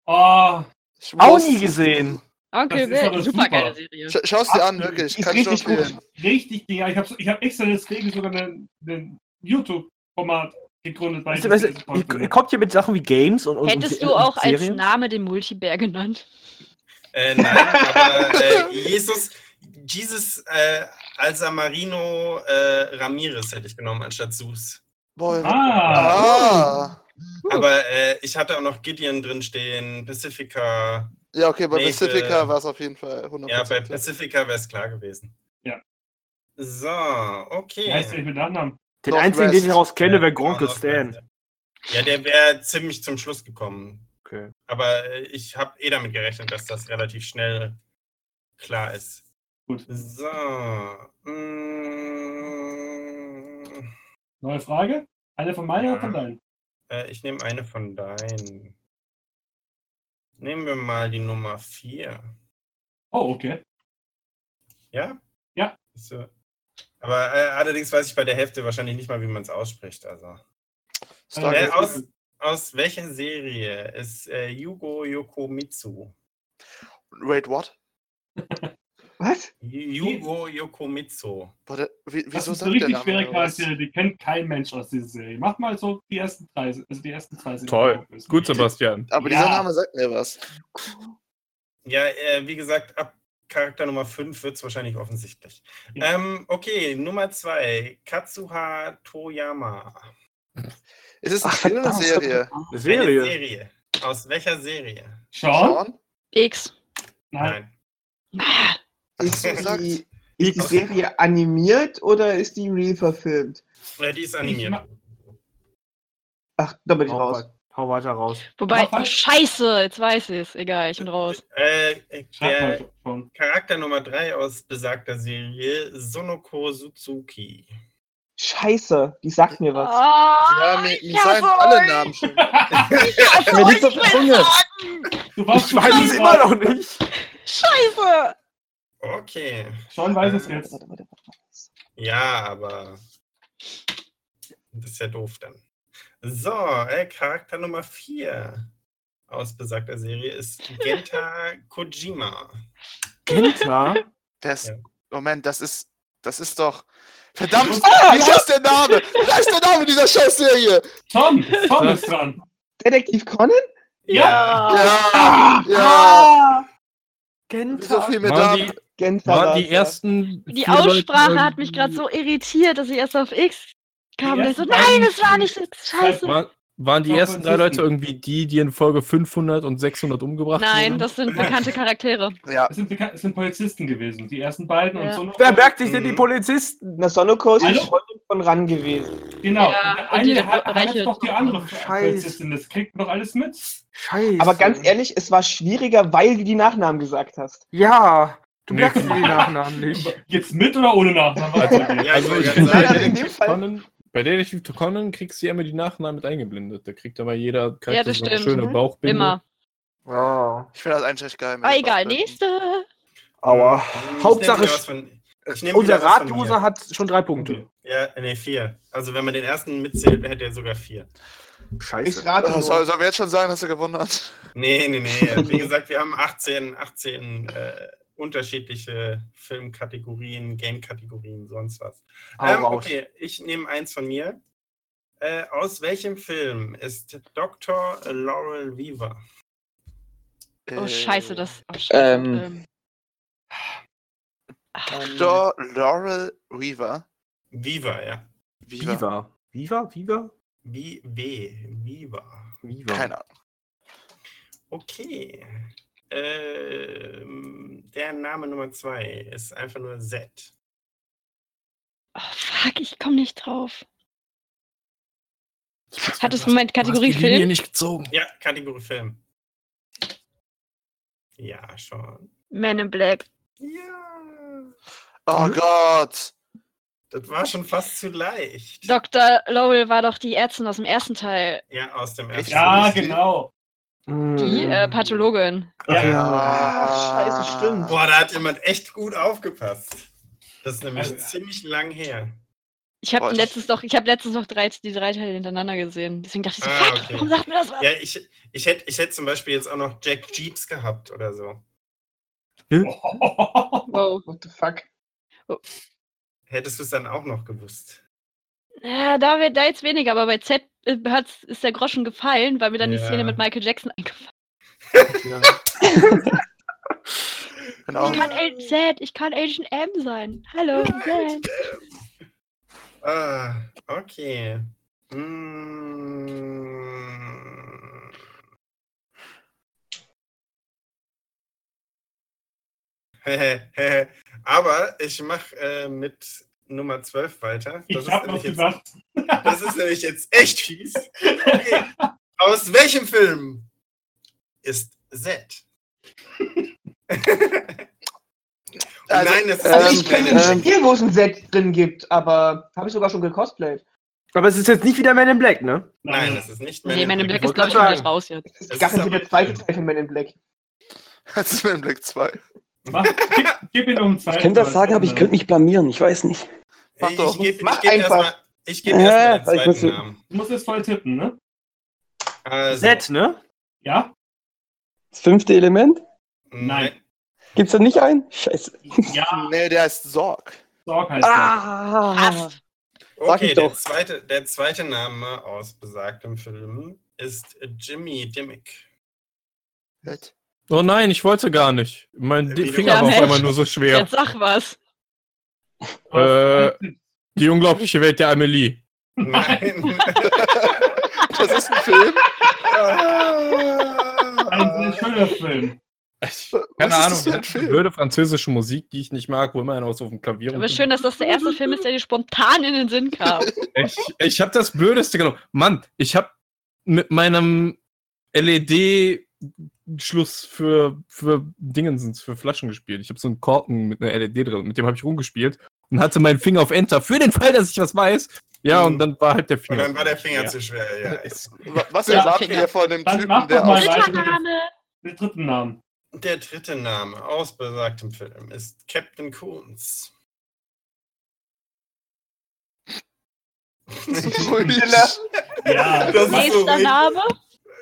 S2: Oh,
S3: Ich
S5: Auch
S3: muss-
S5: nie gesehen.
S4: Onkel
S2: Das ist
S4: Bill.
S2: aber
S4: Super geile
S2: super.
S4: Serie.
S3: Sch Schau's dir an,
S2: Absolut.
S3: wirklich.
S8: Die ist
S3: Kann ich nur
S8: richtig gut.
S3: empfehlen.
S2: richtig genial. Ich habe ich hab extra deswegen sogar ein einen YouTube-Format gegründet. Weil
S5: Weißt du, weißt du,
S2: das
S5: ihr,
S2: toll
S5: ihr kommt hier mit Sachen wie Games und, und
S4: Hättest
S5: und,
S4: du auch
S5: und
S4: als
S5: Serien?
S4: Name den Multibär genannt?
S1: Äh, nein, aber äh, Jesus, Jesus äh, Alzamarino äh, Ramirez hätte ich genommen, anstatt Zeus.
S3: Boah.
S2: Ah,
S3: Ah.
S1: Aber äh, ich hatte auch noch Gideon drinstehen, Pacifica.
S3: Ja, okay, bei
S1: Nee,
S3: Pacifica
S1: äh,
S3: war es auf jeden Fall 100%.
S1: Ja, bei Pacifica wäre es klar gewesen.
S2: Ja.
S1: So,
S3: Ah.
S2: wie heißt der
S1: okay.
S2: nicht mit Nachnamen?
S5: Den
S3: Northwest.
S5: einzigen, den ich daraus kenne,
S1: Ja,
S5: wäre Gronkel
S1: Northwest.
S5: Stan.
S1: Ja, der wäre ziemlich zum Schluss gekommen.
S5: Okay.
S1: Aber äh, ich habe eh damit gerechnet, dass das relativ schnell klar ist.
S2: Gut.
S1: So. mm.
S2: Neue Frage? Eine von meiner oder von
S1: Ja.
S2: deinen?
S1: Äh, ich nehme eine von deinen. Nehmen wir mal die Nummer 4.
S2: Oh, okay.
S1: Ja?
S2: Ja.
S1: Ist So. Aber äh, allerdings weiß ich bei der Hälfte wahrscheinlich nicht mal, wie man es ausspricht. Also.
S3: Stark.
S1: Äh, aus, aus welcher Serie ist äh, Yugo Yokomitsu?
S3: Wait, what?
S8: Was?
S1: Yugo Yokomitsu.
S3: Boah, der, wie, wieso
S2: Das ist
S3: sagt
S2: eine
S3: der
S2: richtig
S3: Name
S2: schwere
S3: mir was?
S2: Charaktere, die kennt kein Mensch aus dieser Serie. Mach mal so die ersten drei, also die ersten zwei sind
S7: Toll. Gut, Sebastian.
S3: Aber
S2: Ja.
S3: dieser Name sagt mir was.
S1: Ja, äh, wie gesagt, ab Charakter Nummer 5 wird es wahrscheinlich offensichtlich.
S2: Ja.
S1: Ähm, okay, Nummer 2. Katsuha Toyama.
S3: Ist es ein
S6: Ach,
S3: Film oder eine
S6: verdammt.
S3: Serie?
S5: Eine
S1: Eine
S5: Serie.
S1: Serie. Aus welcher Serie?
S2: Sean?
S3: Sean?
S4: X.
S2: Nein.
S3: Was hast du
S8: Ist
S3: gesagt?
S8: die, ist die Serie animiert oder ist die real verfilmt?
S1: Äh, die ist
S2: Ich
S1: animiert.
S2: ma-
S8: Ach, da bin ich
S5: Hau,
S8: raus.
S5: wei- hau weiter raus.
S4: Wobei,
S2: Mach mal.
S4: scheiße, jetzt weiß ich es. Egal, ich bin raus.
S1: Äh, äh,
S2: Schreib
S1: der
S2: mal schon.
S1: Charakter Nummer 3 aus besagter Serie, Sonoko Suzuki.
S8: Scheiße, die sagt mir was.
S3: Ja,
S4: Ah,
S3: mir,
S4: ich
S3: mir sagen
S4: hasse
S3: alle
S4: euch.
S3: Namen schon.
S4: Ich
S6: Mir liegt's
S4: hasse
S6: auf
S4: euch, ich will
S6: der Zunge.
S4: sagen.
S2: Du warst
S5: Ich weiß es immer noch nicht.
S4: Scheiße.
S1: Okay.
S2: Sean weiß es jetzt.
S8: Warte, warte, warte.
S1: Ja, aber das ist ja doof dann. So, äh, Charakter Nummer 4 aus besagter Serie ist Genta Kojima.
S5: Hinter.
S3: Das,
S1: Ja.
S3: Moment, das ist, das ist doch. Verdammt! Wie heißt der Name? Wie heißt der Name dieser Scheißserie?
S2: Tom, Tom ist dran.
S8: Detektiv Conan?
S4: Ah.
S3: Ja! Ja!
S8: Ah!
S3: So viel mit
S7: Waren
S3: Namen.
S7: die,
S8: Gänsehaut.
S7: waren die ersten.
S4: Die
S7: vier Leute
S4: Aussprache hat mich
S7: irgendwie-
S4: gerade so irritiert, dass ich erst auf X kam.
S2: Die
S4: Und ich so,
S2: ersten beiden
S4: nein, es war nicht X. Scheiße.
S7: War, Waren die
S2: Doch,
S7: ersten drei
S2: Polizisten.
S7: Leute irgendwie die, die in Folge 500 und 600 umgebracht
S4: Nein,
S7: wurden?
S4: das sind bekannte Charaktere.
S3: Ja,
S2: Es sind, bekan- es sind Polizisten gewesen, die ersten beiden
S4: Ja.
S2: und so.
S5: Wer merkt sich denn
S1: Mhm.
S5: die Polizisten?
S8: Na, Sonoko ist die
S2: Hallo?
S8: Freundin von Ran gewesen.
S2: Genau.
S4: Ja,
S2: und der
S4: und
S2: eine
S4: die
S2: der hat, hat
S4: Reiche-
S2: jetzt doch die andere
S5: Scheiße.
S2: Polizistin. Das kriegt man doch alles mit.
S5: Scheiße.
S8: Aber ganz ehrlich, es war schwieriger, weil du die Nachnamen gesagt hast.
S5: Ja, du
S7: Nee.
S5: merkst dir die Nachnamen nicht.
S2: Jetzt mit oder ohne
S7: Also,
S2: Nachnamen?
S1: Ja, ich wollte
S7: bin
S1: gerade
S7: bei
S1: sagen.
S8: in dem
S7: Detective
S8: Fall-
S7: Conan- bei Detective Conan kriegst du ja immer die Nachnamen mit eingeblendet. Da kriegt aber jeder Charakter
S4: Ja, das
S7: so eine
S4: stimmt. Mhm.
S7: schöne Bauchbinde.
S4: Immer.
S5: Oh.
S3: ich finde das eigentlich echt geil. mit
S4: Aber
S3: den
S4: Ah, egal,
S3: Bauchbinden.
S4: nächste.
S5: Aua.
S1: Ich
S5: Hauptsache,
S1: nehm wieder was von- Mhm. ich nehm
S5: Unser
S1: wieder was von mir.
S5: Ratloser hat schon drei Punkte.
S1: Ja, nee, vier. Also wenn man den ersten mitzählt, hätte er sogar vier.
S8: Ich
S5: Scheiße.
S8: rate
S3: Oh, soll,
S8: nur.
S3: sollen wir jetzt schon sagen, dass er gewonnen hat?
S1: Nee, nee, nee. Also, Wie gesagt, wir haben 18, 18 äh, unterschiedliche Filmkategorien, Game-Kategorien, sonst was.
S5: Hau
S1: Ähm,
S5: raus.
S1: okay, ich nehme eins von mir. Äh, aus welchem Film ist Dr. Laurel Weaver?
S4: Oh,
S3: Äh,
S4: scheiße, das. Oh,
S6: Ähm.
S4: ähm.
S8: Ähm,
S3: Dr. Laurel Weaver.
S1: Weaver, ja.
S3: Weaver.
S5: Viva. Viva? Viva?
S1: Wie Weaver.
S5: Viva.
S3: Keine Ahnung.
S1: Okay. Ähm, der Name Nummer zwei ist einfach nur Z.
S4: Oh, fuck, ich komme nicht drauf. Hat es
S7: Du hast-
S4: Moment
S7: du hast
S4: Kategorie
S7: die Linie
S4: Film?
S7: nicht gezogen.
S1: Ja, Kategorie Film. Ja, schon.
S4: Man in Black.
S1: Ja.
S3: Oh Gott.
S1: Das war schon fast zu leicht.
S4: Dr. Lowell war doch die Ärztin aus dem ersten Teil,
S1: Ja, aus dem
S3: Echt?
S1: ersten.
S2: Ja, genau.
S8: Hm.
S4: die äh, Pathologin.
S2: Ja.
S8: Ah, scheiße, stimmt.
S1: Boah, da hat jemand echt gut aufgepasst. Das ist nämlich
S2: Also-
S1: ziemlich lang her.
S4: Ich habe
S3: Boah, ich-
S4: letztens noch, ich habe letztens noch drei, die drei Teile hintereinander gesehen. Deswegen dachte ich so,
S1: Ah,
S4: fuck,
S1: okay.
S4: warum sagt mir das was?
S1: Ja, ich, ich hätte ich hätt zum Beispiel jetzt auch noch Jack Jeeps gehabt oder so.
S4: Wow.
S8: What the fuck?
S1: Hättest du es dann auch noch gewusst.
S4: Ja, da wird da jetzt weniger, aber bei Z äh, hat's, ist der Groschen gefallen, weil mir dann die
S1: Ja.
S4: Szene mit Michael Jackson eingefallen
S3: Genau. Oh.
S4: ist. Ich kann Agent Z, ich kann Agent M sein. Hallo, Z.
S1: Ah, okay. Hm. Mm. Aber ich mache äh, mit Nummer 12 weiter. Das,
S2: Ich
S1: ist
S2: hab
S1: nämlich
S2: noch
S1: jetzt,
S2: gesagt.
S1: das ist nämlich jetzt echt fies. Okay. Aus welchem Film ist Z?
S3: Also,
S1: Nein, das ist
S8: Also
S1: nicht
S8: ich kenne ein
S6: ähm,
S8: Spiel, wo es ein Set drin gibt, aber habe ich sogar schon gecosplayt.
S5: Aber es ist jetzt nicht wieder Man in Black, ne?
S1: Nein, das ist nicht
S4: Nee, Man in Black ist, glaube
S5: wollte
S4: ich, schon
S5: gerade
S4: wieder raus jetzt.
S8: Es
S1: Das
S8: gab
S1: ist
S8: ja
S1: aber-
S8: wieder zweite Teil von Man in Black.
S3: Das ist mir im Blick 2.
S2: Mach, gib, gib mir noch einen zweiten.
S6: Ich könnte das sagen, aber ich könnte mich blamieren. Ich weiß nicht.
S3: Mach doch.
S1: Ich gebe
S8: Mach
S1: geb
S8: einfach.
S1: erstmal ich geb
S6: Äh,
S1: erst mal
S6: weil
S1: den
S6: ich
S1: zweiten
S6: muss-
S1: Namen.
S2: Du musst jetzt voll tippen, ne?
S1: Also,
S5: Z, ne?
S2: Ja?
S6: Das fünfte Element?
S1: Nein.
S6: Gibt's da nicht ein? Scheiße.
S2: Ja,
S3: Nee, der heißt Sorg.
S2: Sorg heißt
S6: Ah!
S4: Fast.
S6: Sag
S1: Okay,
S6: ich
S1: der
S6: doch.
S1: zweite, der zweite Name aus besagtem Film ist Jimmy Dimmick.
S3: Was?
S7: Oh nein, ich wollte gar nicht. Mein
S1: Wie
S7: Di-
S1: du
S7: Finger war
S4: kannst.
S7: auf einmal nur so schwer.
S4: Jetzt sag was.
S2: das.
S7: Äh, die unglaubliche Welt der Amelie.
S1: Nein.
S3: Das ist ein Film.
S2: Ein schöner Film.
S7: Ich-
S3: Was
S7: Keine
S3: ist
S7: Ahnung,
S3: das für ein
S7: die
S3: Film?
S7: blöde französische Musik, die ich nicht mag, wo immer einer was auf dem Klavier
S4: Aber schön, dass das der erste Film ist, der dir spontan in den Sinn kam.
S7: Ich, ich habe das Blödeste genommen. Mann, ich habe mit meinem LED-Schluss für, für Dingensens, für Flaschen gespielt. Ich habe so einen Korken mit einer LED drin. Mit dem habe ich rumgespielt und hatte meinen Finger auf Enter für den Fall, dass ich was weiß. Ja, und dann war halt der
S1: Und
S7: Finger.
S1: dann war der Finger
S7: Ja.
S1: zu schwer. Ja, ist-
S3: Wa- Was
S2: Ja,
S3: erwarten
S4: Finger.
S3: wir von dem
S2: Dann
S3: Typen,
S2: mach
S3: der
S2: doch mal
S3: aus...
S2: weiter.
S4: Dritter Name.
S2: Den dritten Namen.
S1: Der dritte Name aus besagtem Film ist Captain Coons.
S3: Ruhig.
S2: Ja.
S1: Das ist so
S4: Nächster
S1: richtig-
S4: Name.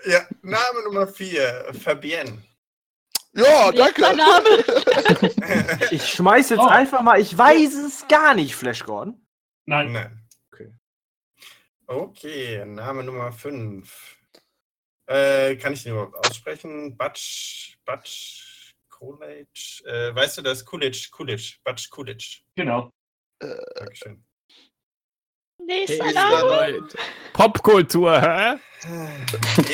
S1: Ja, Name Nummer vier, Fabienne.
S3: Ja,
S4: Nächster
S3: Oh, danke.
S4: Name.
S5: Ich schmeiß jetzt
S2: Oh.
S5: einfach mal, ich weiß es gar nicht, Flash Gordon.
S2: Nein.
S1: Nein.
S5: Okay.
S1: Okay, Name Nummer 5. Äh, kann ich den überhaupt aussprechen? Batsch, Batsch, Coolidge. Äh, weißt du das? Coolidge, Coolidge, Batsch, Coolidge.
S2: Genau.
S1: Dankeschön.
S4: Nächster
S3: Hey,
S4: Name.
S3: Leute.
S7: Popkultur, hä?
S1: Ja,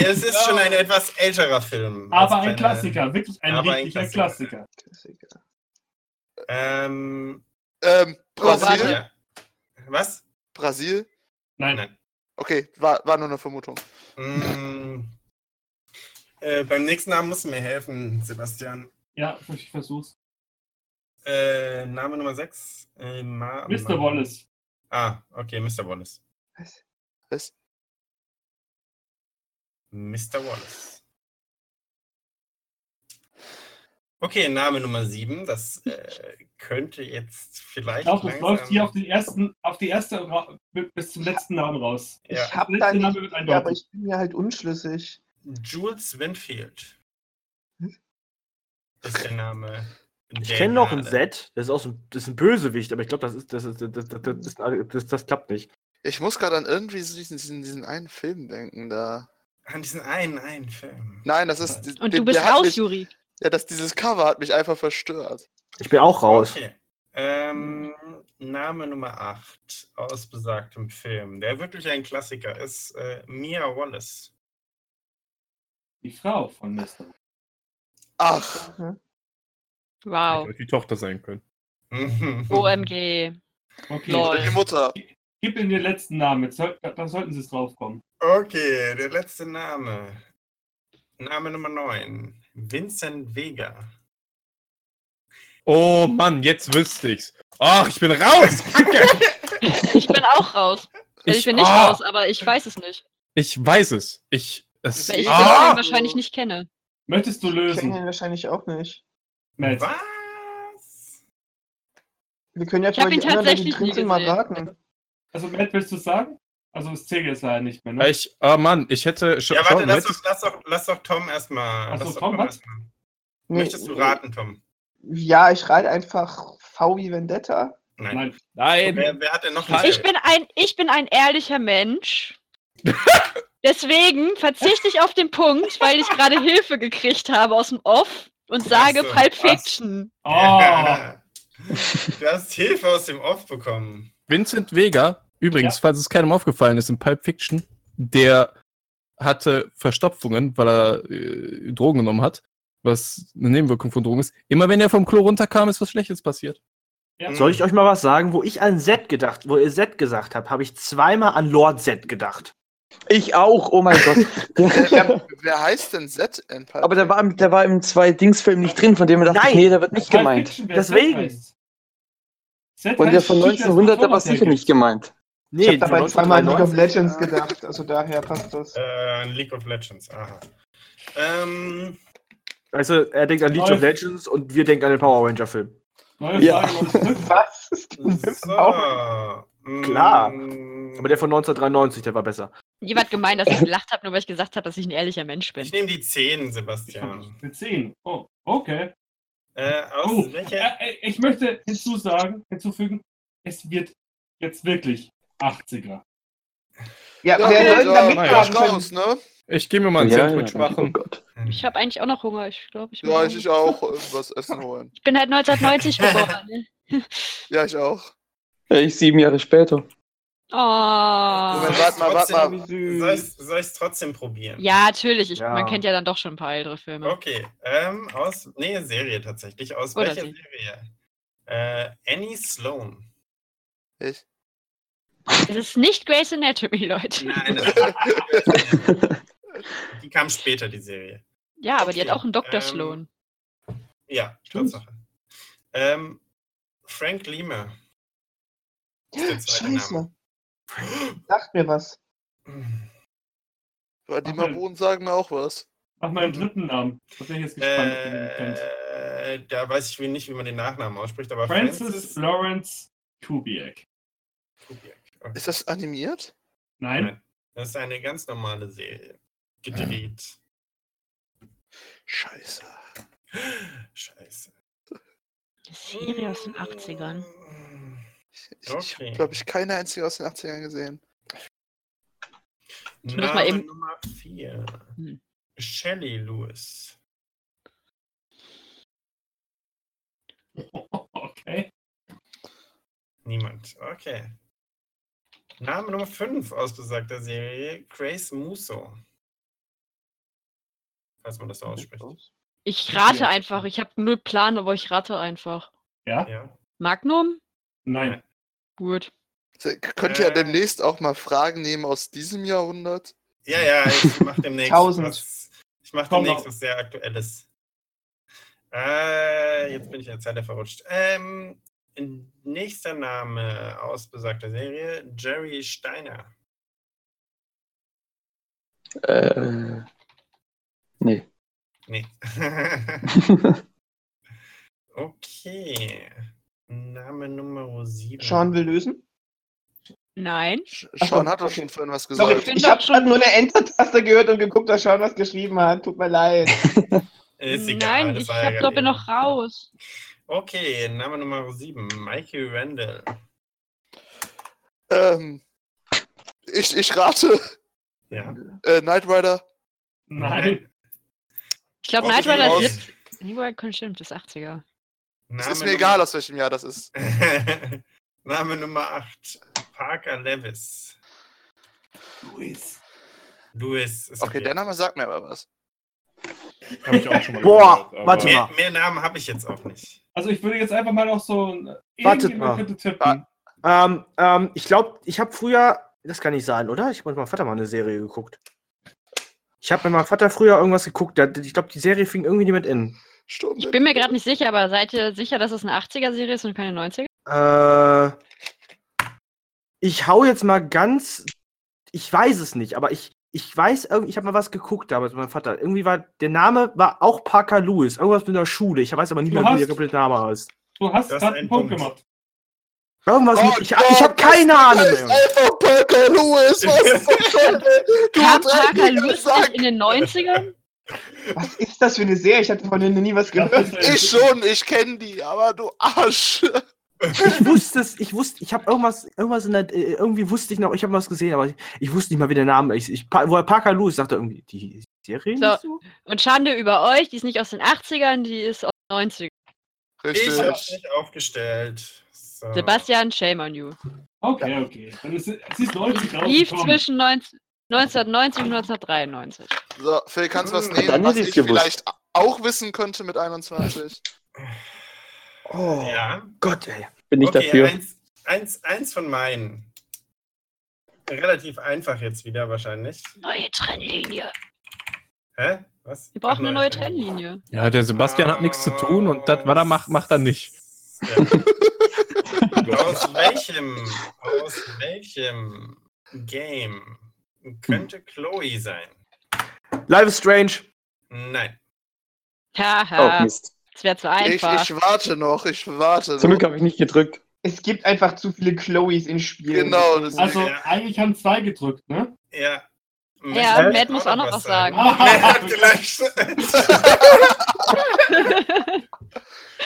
S1: es ist schon ein etwas älterer Film.
S2: Aber
S1: als
S2: ein
S1: kleine-
S2: Klassiker, wirklich ein
S1: aber ein
S2: richtiger Klassiker.
S1: Klassiker. Ähm,
S3: Ähm,
S4: warte.
S3: Brasil?
S1: ja. Was?
S3: Brasil?
S2: Nein,
S1: Nein.
S3: Okay, war, war nur eine Vermutung.
S1: Mm. Äh, beim nächsten Namen musst du mir helfen, Sebastian.
S2: ja, ich versuch's.
S1: Äh, Name Nummer 6. Äh, Ma-
S2: Mr.
S1: Ma-
S2: Wallace.
S1: Ah, okay, Mr. Wallace.
S3: Was?
S1: Mr. Wallace. Okay, Name Nummer 7. Das äh, könnte jetzt
S2: Ich
S1: vielleicht.
S2: glaube, das
S1: langsam-
S2: läuft hier auf den ersten, auf die erste Ra- bis zum letzten Namen raus.
S1: Ja.
S8: Ich hab
S2: Der
S8: da
S2: letzte Name
S8: nicht,
S2: wird
S8: ja, aber
S2: eindeutig.
S8: ich bin ja halt unschlüssig.
S1: Jules Winfield. Ist der Name.
S5: Ich kenne noch ein Set, das ist auch so ein, das ist ein Bösewicht, aber ich glaube, das ist, das ist, das, das, das, das, ist ein- das, das klappt nicht.
S3: Ich muss gerade an irgendwie so diesen, diesen, diesen einen Film denken da.
S1: An Ah, diesen einen, einen Film.
S3: Nein, das ist.
S4: Und
S3: der-
S4: du bist
S3: der hat
S4: raus,
S3: mich,
S4: Juri.
S3: Ja, das, dieses Cover hat mich einfach verstört.
S5: Ich bin auch raus.
S1: Okay. Ähm, Name Nummer 8 aus besagtem Film, der wirklich ein Klassiker ist, äh, Mia Wallace.
S2: Die Frau von Mr.
S3: Ach,
S8: ne?
S4: Wow.
S7: die Tochter sein können.
S4: Oh, OMG.
S2: Okay,
S4: Lol.
S3: die Mutter.
S2: gib ihm den letzten Namen. Jetzt, soll- da sollten sie es draufkommen.
S1: Okay, der letzte Name. Name Nummer 9. Vincent Vega.
S7: Oh Mann, jetzt wüsste ich's. Ach, ich bin raus!
S4: Ich bin auch raus. Also ich bin nicht
S7: ah,
S4: raus, aber ich weiß es nicht.
S7: Ich weiß es. Ich. Es,
S4: Weil ich
S7: ah,
S4: deswegen wahrscheinlich nicht kenne.
S2: Möchtest du
S8: Ich kenne
S2: lösen?
S8: ihn wahrscheinlich auch nicht.
S2: Matt?
S1: Was?
S8: Wir können ja
S4: Ich hab ihn
S8: vielleicht die anderen, wenn die
S4: tatsächlich
S8: drin
S4: nie
S8: sind, mal
S4: gesehen.
S8: raten.
S2: Also, Matt, willst du es sagen? Also, das zählt jetzt leider nicht mehr. Ne?
S7: ich, ah Mann, ich hätte. Sch
S1: Ja,
S7: schau,
S1: warte, lass
S7: Matt-
S1: doch, lass doch, lass doch Tom erstmal.
S2: Ach so,
S1: lass doch
S2: Tom hat-
S1: erstmal.
S8: Nee,
S1: Möchtest du raten, Tom?
S8: Ja, ich rate einfach V wie Vendetta.
S1: Nein.
S2: Nein,
S7: Nein!
S1: Wer, wer hat denn noch
S4: Ich bin ein, ich bin ein ehrlicher Mensch. Deswegen verzichte ich auf den Punkt, weil ich gerade Hilfe gekriegt habe aus dem Off und sage
S1: Ach so,
S4: Pulp
S1: was?
S4: Fiction.
S2: Oh,
S1: Du hast Hilfe aus dem Off bekommen.
S7: Vincent Vega, übrigens, falls es keinem aufgefallen ist, in Pulp Fiction, der hatte Verstopfungen, weil er äh, Drogen genommen hat, was eine Nebenwirkung von Drogen ist. Immer wenn er vom Klo runterkam, ist was Schlechtes passiert.
S2: Ja.
S8: Mhm.
S5: Soll ich euch mal was sagen, wo ich an Set gedacht, wo ihr Set gesagt habt, habe ich zweimal an Lord Set gedacht.
S6: Ich auch, oh mein
S3: Wer,
S6: Gott.
S3: wer, wer heißt denn Z in Pulp
S6: Aber der war, im- der war im zwei Dingsfilm nicht drin, von dem er dachte,
S5: Nein.
S6: ich, nee, der wird nicht
S2: Pulp
S6: gemeint.
S2: Fiction, wer Set
S5: Deswegen.
S2: heißt. Set
S6: Und der
S2: heißt
S6: von
S2: Schieß, wer es
S6: 1900, der war
S2: Thomas
S6: sicher
S2: hergibt.
S6: nicht gemeint.
S5: Nee,
S8: ich habe dabei
S5: die
S8: zweimal an League of
S5: 1993.
S8: Legends gedacht, also daher passt das.
S1: Äh, League of Legends, aha. Ähm,
S5: Weißt du, er denkt an League of
S2: Läuft.
S5: Legends und wir denken an den Power Ranger Film.
S2: Neue
S6: Ja.
S2: Frage, was-
S8: Was ist denn mit dem Bauch?
S1: so.
S5: Klar.
S1: Mm,
S5: Aber der von 1993, der war besser.
S4: Niemand gemeint, dass ich gelacht habe, nur weil ich gesagt habe, dass ich ein ehrlicher Mensch bin.
S1: Ich nehme die 10,
S2: Ich hab
S1: Sebastian.
S2: eine 10. Oh, okay.
S1: Äh, aus
S2: Oh,
S1: welcher?
S2: äh, äh, ich möchte hinzusagen, hinzufügen, es wird jetzt wirklich 80er.
S3: Ja,
S8: Ja, wer soll
S3: okay,
S8: denn da
S3: ja, ja,
S8: mitmachen können?
S3: raus, ne?
S7: Ich gehe mir mal ein Sandwich
S6: Oh
S7: machen.
S6: Gott.
S1: Hm.
S4: Ich habe eigentlich auch noch Hunger. Ich glaube, ich,
S3: Ja,
S4: muss-
S3: ich, ich auch äh, was essen holen.
S4: Ich bin halt 1990 geboren. ne?
S3: Ja, ich auch.
S6: Ja, ich sieben Jahre später.
S1: Soll
S4: Oh.
S1: ich's
S3: Warte mal, warte mal.
S1: trotzdem- Soll ich es trotzdem probieren?
S4: Ja, natürlich. Ich,
S5: Ja.
S4: Man kennt ja dann doch schon ein paar ältere Filme.
S1: Okay, ähm, aus, nee, Serie tatsächlich. Aus
S4: Oder
S1: welcher
S4: sie.
S1: Serie? Äh, Annie Sloan.
S3: Ich.
S4: Es ist nicht Grey's Anatomy, Leute.
S1: Nein, das ist Die kam später, die Serie.
S4: Ja, aber die hat
S1: Okay,
S4: auch einen Dr.
S1: ähm,
S4: Sloan.
S1: Ja,
S2: Stimmt.
S1: Tatsache. Ähm, Frank Lehmer. ist der zweite
S8: Scheiße. Sagt mir was.
S1: Name.
S3: Aber die Maronen sagen mir auch was.
S2: Mach mal einen dritten Namen. Da bin ich jetzt gespannt. ob ihr den kennt.
S1: Äh, da weiß ich wie- nicht, wie man den Nachnamen ausspricht, aber
S2: Francis Lawrence Kubiak.
S1: Kubiak. Okay.
S3: Ist das animiert?
S2: Nein?
S1: Nein. Das ist eine ganz normale Serie. Gedreht.
S3: Scheiße.
S1: Ah. Scheiße.
S4: Eine Serie aus den 80ern.
S1: Mm.
S3: Ich, ich
S1: Okay.
S3: habe, glaube ich, keine einzige aus den 80ern gesehen.
S4: Ich muss mal
S1: Name
S4: eben-
S1: Nummer 4.
S4: Hm.
S1: Shelley Lewis.
S2: Okay.
S1: Niemand. Okay. Name Nummer 5 aus besagter Serie, Grace Musso. Falls man das so ausspricht.
S4: Ich rate einfach. Ich habe null Plan, aber ich rate einfach.
S2: Ja?
S1: Ja.
S4: Magnum?
S2: Nein.
S4: Gut.
S3: Ihr Könnt ihr ja
S1: Äh.
S3: demnächst auch mal Fragen nehmen aus diesem Jahrhundert?
S1: Ja, ja, ich mache demnächst
S8: Tausend.
S1: was. Ich mache
S2: Komm
S1: demnächst
S2: noch.
S1: was sehr Aktuelles. Äh, jetzt bin ich in der Zeile verrutscht. Ähm, nächster Name aus besagter Serie, Jerry Steiner.
S6: Äh, nee.
S1: Nee. okay. Name Nummer 7.
S8: Sean will lösen.
S4: Nein.
S3: Sch-
S8: Ach so,
S3: Sean hat doch
S8: okay.
S3: schon vorhin was
S8: Sorry,
S3: gesagt.
S4: bin
S8: ich
S4: doch
S8: habe
S4: schon-
S8: schon nur eine Enter-Taste gehört und geguckt, dass Sean was geschrieben hat. Tut mir leid.
S1: Ist egal.
S4: Nein,
S1: das
S4: ich
S1: war ja
S4: hab,
S1: gerade
S4: glaube
S1: eben.
S4: noch raus.
S1: Okay, Name Nummer 7. Michael Randall.
S3: Ähm, ich, ich rate
S1: Ja.
S3: äh, Knight Rider.
S2: Nein.
S4: Ich glaube,
S1: Brauch
S4: Knight
S1: ich
S4: Rider
S1: raus?
S4: ist jetzt- New Icon stimmt, ist
S3: Es
S4: 80er.
S1: Name
S3: ist mir
S1: Nummer-
S3: egal, aus welchem Jahr das ist.
S1: Name Nummer 8. Parker Levis.
S2: Luis.
S1: Louis. Ist
S3: Okay, der Name sagt mir aber was.
S2: Hab ich auch schon mal
S5: Boah,
S2: gehört, aber-
S5: warte mal.
S1: Mehr, mehr Namen habe ich jetzt auch nicht.
S2: Also ich würde jetzt einfach mal noch so ein
S5: Wartet
S2: irgendjemand
S5: mal.
S2: könnte tippen.
S3: Ah.
S5: Ähm, ähm, ich glaube, ich habe früher, das kann nicht sein, oder? Ich habe mit meinem Vater mal eine Serie geguckt. Ich habe mit meinem Vater früher irgendwas geguckt. der- Ich glaube, die Serie fing irgendwie damit in.
S3: Sturm.
S4: Ich bin mir gerade nicht sicher, aber seid ihr sicher, dass es eine 80er-Serie ist und keine 90er?
S5: Äh, ich hau jetzt mal ganz. Ich weiß es nicht, aber ich, ich weiß, irgend- ich habe mal was geguckt damals mit meinem Vater. Irgendwie war, der Name war auch Parker Lewis. Irgendwas mit der Schule. Ich weiß aber nicht
S2: Du
S5: mehr, wie der
S2: hast-
S5: komplette Name heißt.
S2: Du hast
S1: Das ist
S2: gerade
S1: ein
S2: einen Punkt
S1: Punkt.
S2: gemacht.
S5: Irgendwas
S3: Oh
S5: mit, ich, ich habe
S3: Gott,
S5: keine Ahnung
S3: Das ist
S5: mehr.
S3: einfach Parker Lewis. Was ist das denn? Du
S4: Kam
S1: halt
S3: dreckiger
S4: Parker Lewis
S3: Sack.
S4: nicht in den 90ern?
S8: Was ist das für eine Serie? Ich hatte von denen nie was
S2: Das
S8: gehört.
S2: ist ein-
S3: Ich schon, ich kenne die, aber du Arsch.
S5: Ich wusste es, ich wusste, ich habe irgendwas, irgendwas in der, äh, irgendwie wusste ich noch, ich habe was gesehen, aber ich, ich wusste nicht mal, wie der Name ist. Ich, Pa- wo er Parker Lewis sagte irgendwie, die Serie?
S4: So.
S5: nicht So.
S4: Und Schande über euch, die ist nicht aus den 80ern, die ist aus den 90ern.
S1: Ich habe es
S3: Richtig.
S1: nicht aufgestellt. So.
S4: Sebastian, shame on you.
S2: Okay, okay. Dann ist, es ist
S4: Lief
S2: 90 rausgekommen.
S4: zwischen 19 1990 und 1993.
S3: So, Phil, kannst du was
S1: Dann
S3: nehmen,
S6: hätte
S3: was
S6: ich's
S3: ich
S6: gewusst.
S3: vielleicht auch wissen könnte mit 21?
S5: Oh
S1: Ja.
S5: Gott, ey.
S6: Bin ich dafür.
S1: Eins, eins, eins von meinen. Relativ einfach jetzt wieder wahrscheinlich.
S4: Neue Trennlinie.
S1: Hä? Was?
S4: Wir brauchen
S1: Ach,
S4: eine neue Trennlinie.
S7: Ja, der Sebastian hat nichts zu tun und das, was er macht, macht er nicht.
S1: Ja. Aus welchem, aus welchem Game könnte Chloe sein?
S5: Life is Strange.
S1: Nein.
S6: Oh,
S5: Ah.
S4: Haha,
S6: Mist.
S4: das wäre zu
S3: Ich, ich
S4: einfach.
S3: warte noch, ich warte
S6: Zum
S3: noch.
S6: Glück habe ich nicht gedrückt.
S8: Es gibt einfach zu viele Chloes in Spielen.
S3: Genau, das
S2: Also
S1: Ja.
S2: eigentlich haben zwei gedrückt, ne?
S1: Ja.
S4: Ja,
S1: Matt
S4: Matt muss auch noch was sagen.
S1: Matt hat gleich.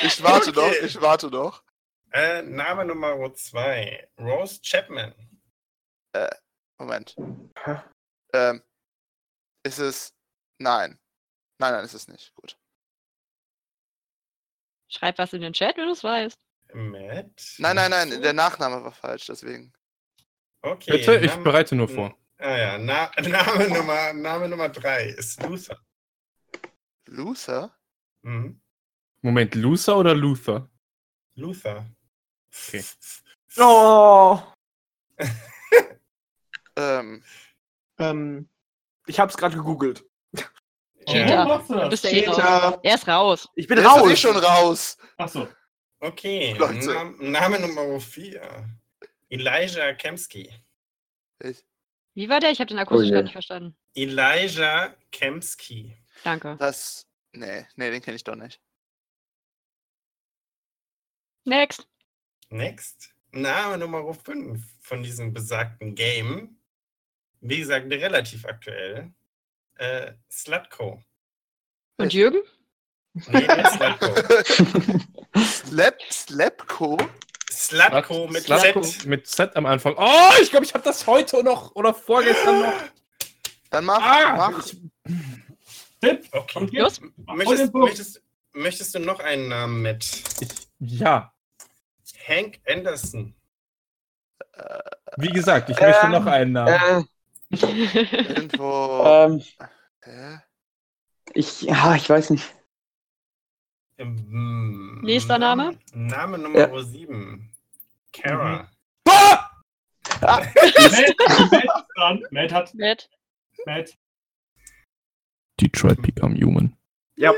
S3: ich warte
S1: Okay.
S3: noch, ich warte noch.
S1: äh, Name Nummer 2. Rose Chapman.
S3: Moment.
S5: Hä?
S3: Ähm, ist es. Nein. Nein, nein, ist es nicht. Gut.
S4: Schreib was in den Chat, wenn du es weißt.
S1: Matt.
S3: Nein, nein, nein, der Nachname war falsch, deswegen.
S1: Okay.
S7: Bitte, ich
S1: Name-
S7: bereite nur vor.
S1: Ah ja, Na Name Nummer Name Nummer 3 ist Luther.
S3: Luther?
S1: Mhm.
S7: Moment, Luther oder Luther?
S1: Luther.
S7: Okay.
S5: Oh.
S3: Ähm,
S8: Ähm,
S5: Ich hab's gerade gegoogelt.
S2: Warum
S4: Cheater.
S2: machst du
S4: Du
S2: das?
S4: bist ja eh raus.
S8: Peter,
S4: Er ist raus.
S5: Ich bin
S3: der ist
S5: raus.
S3: eh schon raus.
S2: Achso.
S1: Okay,
S3: Leute.
S1: Nam Name Nummer 4. Elijah Kemsky.
S4: Wie war der? Ich habe den akustisch
S6: Oh je.
S4: gar nicht verstanden.
S1: Elijah Kemsky.
S4: Danke.
S3: Das. Nee, nee, den kenne ich doch nicht.
S4: Next.
S1: Next. Name Nummer 5 von diesem besagten Game. Wie gesagt, relativ aktuell. Äh, Slutco.
S4: Und Jürgen?
S1: Nee, nicht Slutco.
S3: Slap, Slapco?
S1: Slutco mit
S7: Slatko
S1: Z.
S7: mit Z am Anfang. Oh, ich glaube, ich habe das heute noch oder vorgestern noch.
S3: Dann mach,
S7: Ah,
S3: mach.
S7: ich,
S2: Tipp.
S1: Okay.
S2: Und jetzt?
S4: Los.
S2: Hol den
S1: Möchtest,
S2: Punkt.
S1: möchtest, möchtest du noch einen Namen mit?
S7: ja.
S1: Hank Anderson.
S7: Wie gesagt, ich möchte
S6: Ähm,
S7: noch einen Namen.
S6: Äh,
S3: Irgendwo.
S6: ähm,
S3: Hä?
S6: ich, ah, ich weiß nicht.
S1: Ähm,
S4: Nächster Name?
S1: Name Nummer 7. Kara.
S2: Matt, Matt ist dran. Matt hat.
S4: Matt.
S2: Matt.
S7: Detroit Become Human.
S5: Ich hab's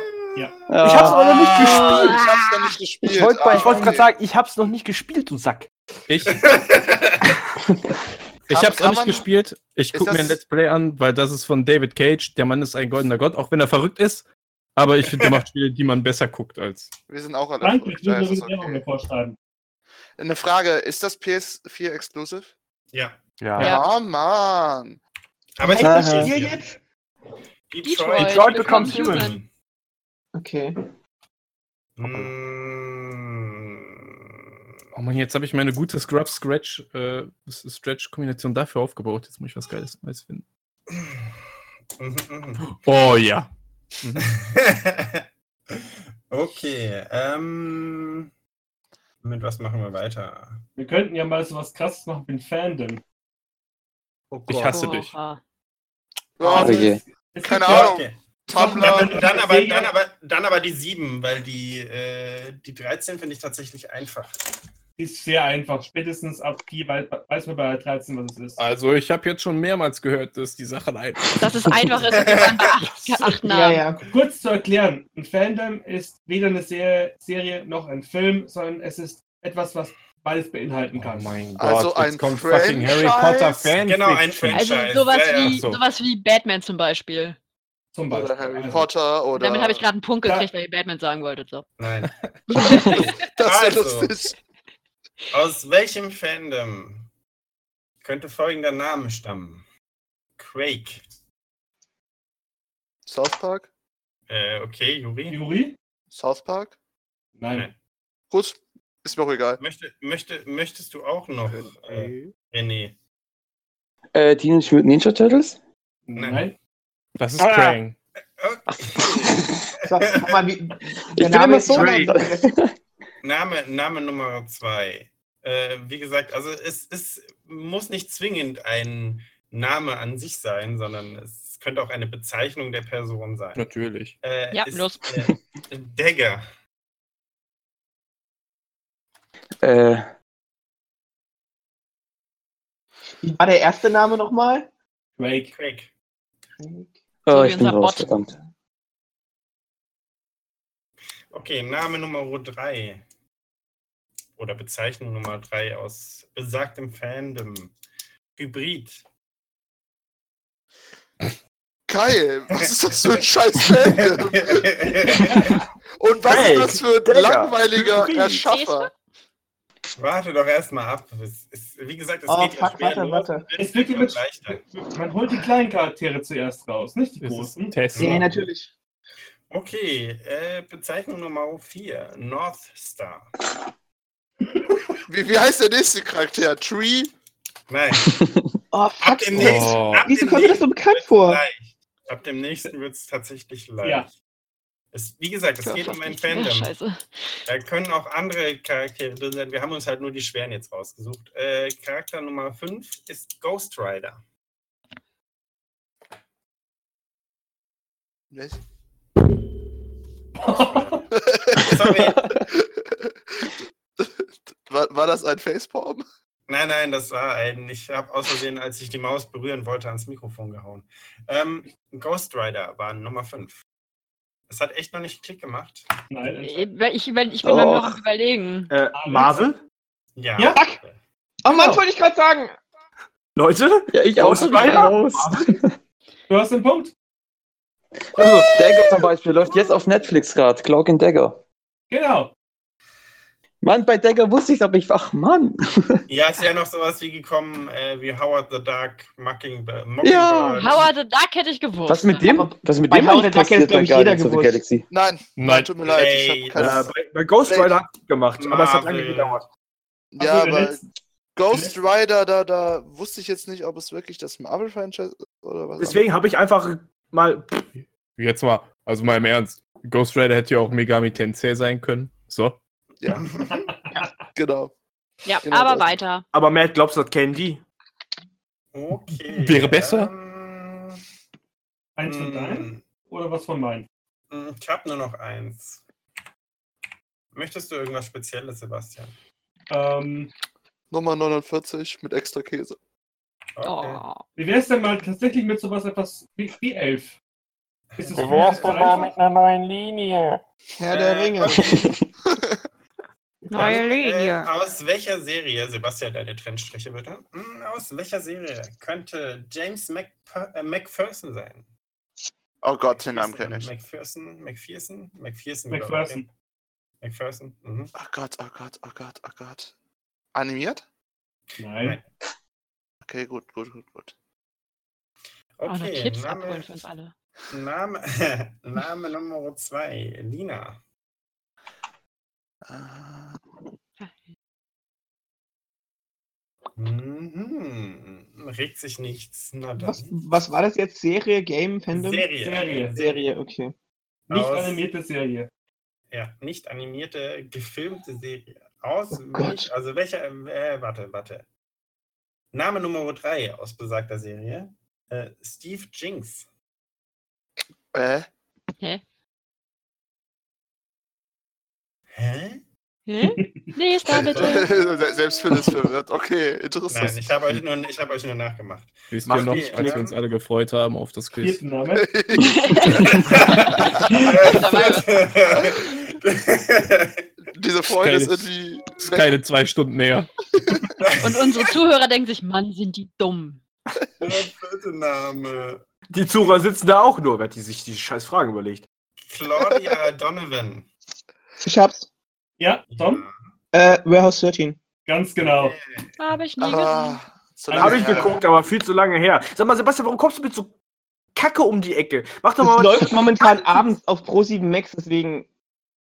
S6: Ah,
S5: aber noch nicht
S3: Ich
S5: gespielt.
S3: hab's noch nicht gespielt.
S5: Ich wollte
S3: ah,
S5: ich wollte
S3: okay.
S5: gerade sagen, ich hab's noch nicht gespielt, du Sack.
S7: Ich, ich
S3: Kann-
S7: hab's
S3: kann
S7: auch nicht
S3: man-
S7: gespielt. Ich
S3: Ist
S7: gucke mir
S3: das-
S7: ein Let's Play an, weil das ist von David Cage. Der Mann ist ein goldener Gott, auch wenn er verrückt ist. Aber ich finde, der macht Spiele, die man besser guckt als.
S3: Wir sind auch alle.
S2: Danke,
S3: verrückt,
S2: ich
S3: da
S2: würde
S3: ist es
S2: das auch
S3: okay.
S2: mir vorschreiben.
S3: Eine Frage: Ist das PS4 exclusive?
S1: ja.
S5: Ja.
S4: Ja.
S3: Oh Mann.
S1: Aber ich
S6: Aha.
S1: verstehe
S8: Hier
S1: hier jetzt.
S8: jetzt?
S4: Detroit,
S5: Detroit becomes human.
S8: Okay.
S1: Mm.
S7: Oh man, jetzt habe ich meine gute äh, Scrub-Scratch-Stretch-Kombination dafür aufgebaut. Jetzt muss ich was Geiles Neues finden.
S1: Mhm, mhm.
S7: Oh ja.
S1: okay. Ähm, mit was machen wir weiter?
S2: Wir könnten ja mal so was krasses machen wie ein Fandom.
S5: Oh
S7: Ich hasse dich.
S4: Oha.
S3: Ja,
S6: Oh je.
S2: Es
S3: Keine
S2: gibt ja-
S3: Ahnung.
S1: Okay.
S3: Tumblr.
S1: Dann, dann, aber, dann, aber, dann aber die 7, weil die, äh, die 13 finde ich tatsächlich einfach.
S2: Die ist sehr einfach. Spätestens ab hier wei- weiß man bei 13, was es ist.
S7: Also, ich habe jetzt schon mehrmals gehört, dass die Sachen ein.
S4: Dass es einfach ist, dass man bei acht, acht
S8: Ja,
S4: Namen.
S8: ja.
S2: Kurz zu erklären, ein Fandom ist weder eine Serie, Serie noch ein Film, sondern es ist etwas, was beides beinhalten kann.
S3: Also ein Franchise?
S7: Fan.
S1: Genau, ein Franchise.
S4: Also sowas,
S1: Ja, ja.
S4: wie,
S7: so.
S4: sowas wie Batman zum Beispiel.
S2: Zum Beispiel.
S3: Oder Harry
S2: Also,
S3: Potter oder.
S4: Damit habe ich gerade einen Punkt
S2: Ja.
S4: gekriegt, weil ihr Batman sagen wolltet. So.
S1: Nein.
S3: Das ist ja
S1: Also.
S3: lustig.
S1: Aus welchem Fandom könnte folgender Name stammen? Quake.
S3: South Park?
S1: Äh, okay, Juri.
S2: Juri?
S3: South Park?
S2: Nein.
S3: Gut, ist mir auch egal.
S1: Möchte, möchte, möchtest du auch noch, äh, René?
S6: Äh, Teenage Mutant Ninja Turtles?
S1: Nein.
S2: Nein.
S7: Das ist
S6: Ah.
S7: Krang.
S1: Okay.
S8: So, guck mal, wie,
S6: Ich
S8: der
S6: bin
S8: Name
S6: immer
S8: ist
S6: so.
S8: so
S1: Name, Name Nummer zwei. Äh, wie gesagt, also es, es muss nicht zwingend ein Name an sich sein, sondern es könnte auch eine Bezeichnung der Person sein.
S7: Natürlich.
S1: Äh,
S4: Ja,
S1: ist,
S4: los.
S1: Äh, Dagger.
S6: Äh,
S8: Wie war der erste Name nochmal?
S2: Drake.
S1: Quake.
S4: So
S6: oh,
S4: wie
S6: ich bin
S4: unser
S6: raus,
S4: Bot.
S6: verdammt.
S1: Okay, Name Nummer drei. Oder Bezeichnung Nummer drei aus besagtem Fandom. Hybrid.
S3: Geil, was ist das für ein scheiß Fan? Und was
S5: Hey,
S3: ist das für ein
S5: Digga.
S3: langweiliger Erschaffer?
S1: Warte doch erstmal ab. Es ist, wie gesagt, es
S8: Oh,
S1: geht ja
S8: fuck,
S1: schwer
S8: warte,
S1: los.
S8: warte.
S2: Es
S1: Wird
S2: wird immer
S1: leichter.
S2: Man holt die kleinen Charaktere zuerst raus, nicht die
S7: Das ist
S2: großen.
S7: ein Test.
S8: Ja, natürlich.
S1: Okay, äh, Bezeichnung Nummer 4, North Star.
S3: Wie, wie heißt der nächste Charakter? Tree?
S1: Nein,
S8: Oh,
S1: ab
S8: fuck.
S1: dem
S8: ey.
S1: nächsten.
S7: Oh.
S1: Ab
S8: Wieso
S1: dem
S8: kommt mir das so
S1: nächsten
S8: bekannt
S1: wird's
S8: vor?
S1: Leicht. Ab dem nächsten wird es tatsächlich leicht.
S2: Ja.
S1: Es, wie gesagt, es
S3: Ja,
S1: geht um ein
S4: Ja,
S1: Fandom.
S4: scheiße.
S1: Da können auch andere Charaktere drin sein. Wir haben uns halt nur die schweren jetzt rausgesucht. Äh, Charakter Nummer 5 ist Ghost Rider.
S3: Was?
S1: Sorry.
S3: War, war das ein Facepalm?
S1: nein, nein, das war ein. Ich habe aus Versehen, als ich die Maus berühren wollte, ans Mikrofon gehauen. Ähm, Ghost Rider war Nummer 5. Das hat echt noch nicht Klick gemacht.
S2: Nein,
S4: Ich, Äh, ich, ich bin bei mir
S6: Och.
S4: noch am überlegen.
S5: Äh, Marvel?
S1: Ja.
S2: Ja.
S8: Oh Mann, das wollte ich gerade sagen.
S5: Leute?
S6: Ja, ich auch.
S5: Ghost
S6: Ich bin
S5: Rider?
S6: raus.
S2: du hast den Punkt.
S6: Also, Dagger zum Beispiel läuft jetzt auf Netflix gerade. Cloak and Dagger.
S2: Genau.
S6: Mann, bei Dagger wusste ich aber ich ach Mann.
S1: Ja, ist ja noch sowas wie gekommen, äh, wie Howard the Dark Mockingbird.
S6: Ja,
S4: Howard the Duck hätte ich gewusst.
S6: Was mit dem?
S8: Aber
S6: Was mit
S8: bei
S6: dem
S8: Howard
S6: eigentlich
S8: the Duck
S6: passiert
S8: hätte, glaub
S6: bei
S8: ich, jeder
S6: Guardians of the
S8: gewusst.
S6: Galaxy?
S3: Nein, nein,
S7: Nein.
S3: tut mir leid.
S1: Ey,
S3: Ich
S5: Äh,
S3: hab keine
S5: bei, bei Ghost
S3: Blade.
S5: Rider hat gemacht, aber es hat lange
S1: Marvel.
S5: gedauert.
S2: Also,
S3: Ja,
S2: der
S3: aber
S2: letzte-
S3: Ghost Rider, da, da wusste ich jetzt nicht, ob es wirklich das Marvel-Franchise oder was.
S5: Deswegen habe ich einfach mal.
S7: Jetzt mal, also mal im Ernst. Ghost Rider hätte ja auch Megami Tensei sein können. So.
S3: anderes- Genau.
S4: Ja,
S6: Genau
S4: aber
S6: das.
S4: weiter.
S5: Aber Matt, glaubst du, das kennen die?
S1: Okay.
S7: Wäre besser?
S1: Ähm,
S2: Eins
S1: Mm.
S2: von deinem
S1: mh,
S2: oder was von meinem?
S1: mh, Hm, ich habe nur noch eins. Möchtest du irgendwas Spezielles, Sebastian?
S2: Ähm,
S3: Nummer 49 mit extra Käse.
S1: Okay.
S4: Oh.
S2: wie wäre es denn mal tatsächlich mit sowas etwas wie, wie elf? Ist es
S8: einer neuen Linie. Herr der
S1: Äh,
S8: Ringe.
S4: Neue
S1: Äh,
S4: Linie.
S1: aus welcher Serie, Sebastian, deine Trennstriche bitte? Hm, Aus welcher Serie könnte James McP äh, McPherson sein?
S3: Oh Gott, den Namen kenne ich.
S1: McPherson, McPherson, McPherson.
S2: McPherson.
S1: glaub ich. McPherson. Mhm.
S3: Oh Gott, oh Gott, oh Gott, oh Gott. Animiert?
S2: Nein.
S3: Okay, gut, gut, gut, gut.
S4: Oh, noch
S1: Okay,
S4: Tipps abholen
S1: Name,
S4: für uns alle.
S1: Name, Name Nummer zwei, Lina.
S3: Ah,
S1: Mhm. Regt sich nichts. Na dann.
S8: Was, was war das jetzt? Serie, Game, Fandom?
S1: Serie.
S2: Serie.
S8: Serie, okay.
S2: Nicht
S1: Aus-
S2: animierte Serie.
S1: Ja, nicht animierte, gefilmte Serie. Aus,
S8: Oh Gott.
S1: welch- also welcher, äh, warte, warte. Name Nummer 3 aus besagter Serie. Äh, Steve Jinx.
S3: äh,
S1: Hä?
S4: Hä? Nächster bitte.
S3: Se- selbst Phil ist verwirrt. Okay,
S1: Nein,
S3: interessant.
S1: ich habe euch, nur- ich habe euch nur nachgemacht.
S7: Wisst
S5: Mach
S7: ihr noch,
S1: die,
S7: als
S1: ja.
S7: wir uns alle gefreut haben auf das Quiz?
S2: Viertenname.
S3: Diese Freunde
S7: Keine-
S3: sind die.
S7: Ist keine zwei Stunden näher.
S4: Und unsere Zuhörer denken sich, Mann, sind die dumm.
S1: Der vierte Name.
S5: Die Zuhörer sitzen da auch nur, wenn die sich diese scheiß Fragen überlegt.
S1: Claudia Donovan.
S8: Ich hab's.
S2: Ja, Tom?
S8: Äh, Warehouse 13.
S2: Ganz genau.
S1: Äh,
S4: Habe ich nie gesehen.
S3: Ah, so
S2: Also-
S5: Habe ich
S3: lange her.
S5: geguckt, aber viel zu lange her. Sag mal, Sebastian, warum kommst du mit so Kacke um die Ecke? Mach doch
S8: Das
S5: mal was.
S8: läuft momentan abends auf Pro7 Max, deswegen.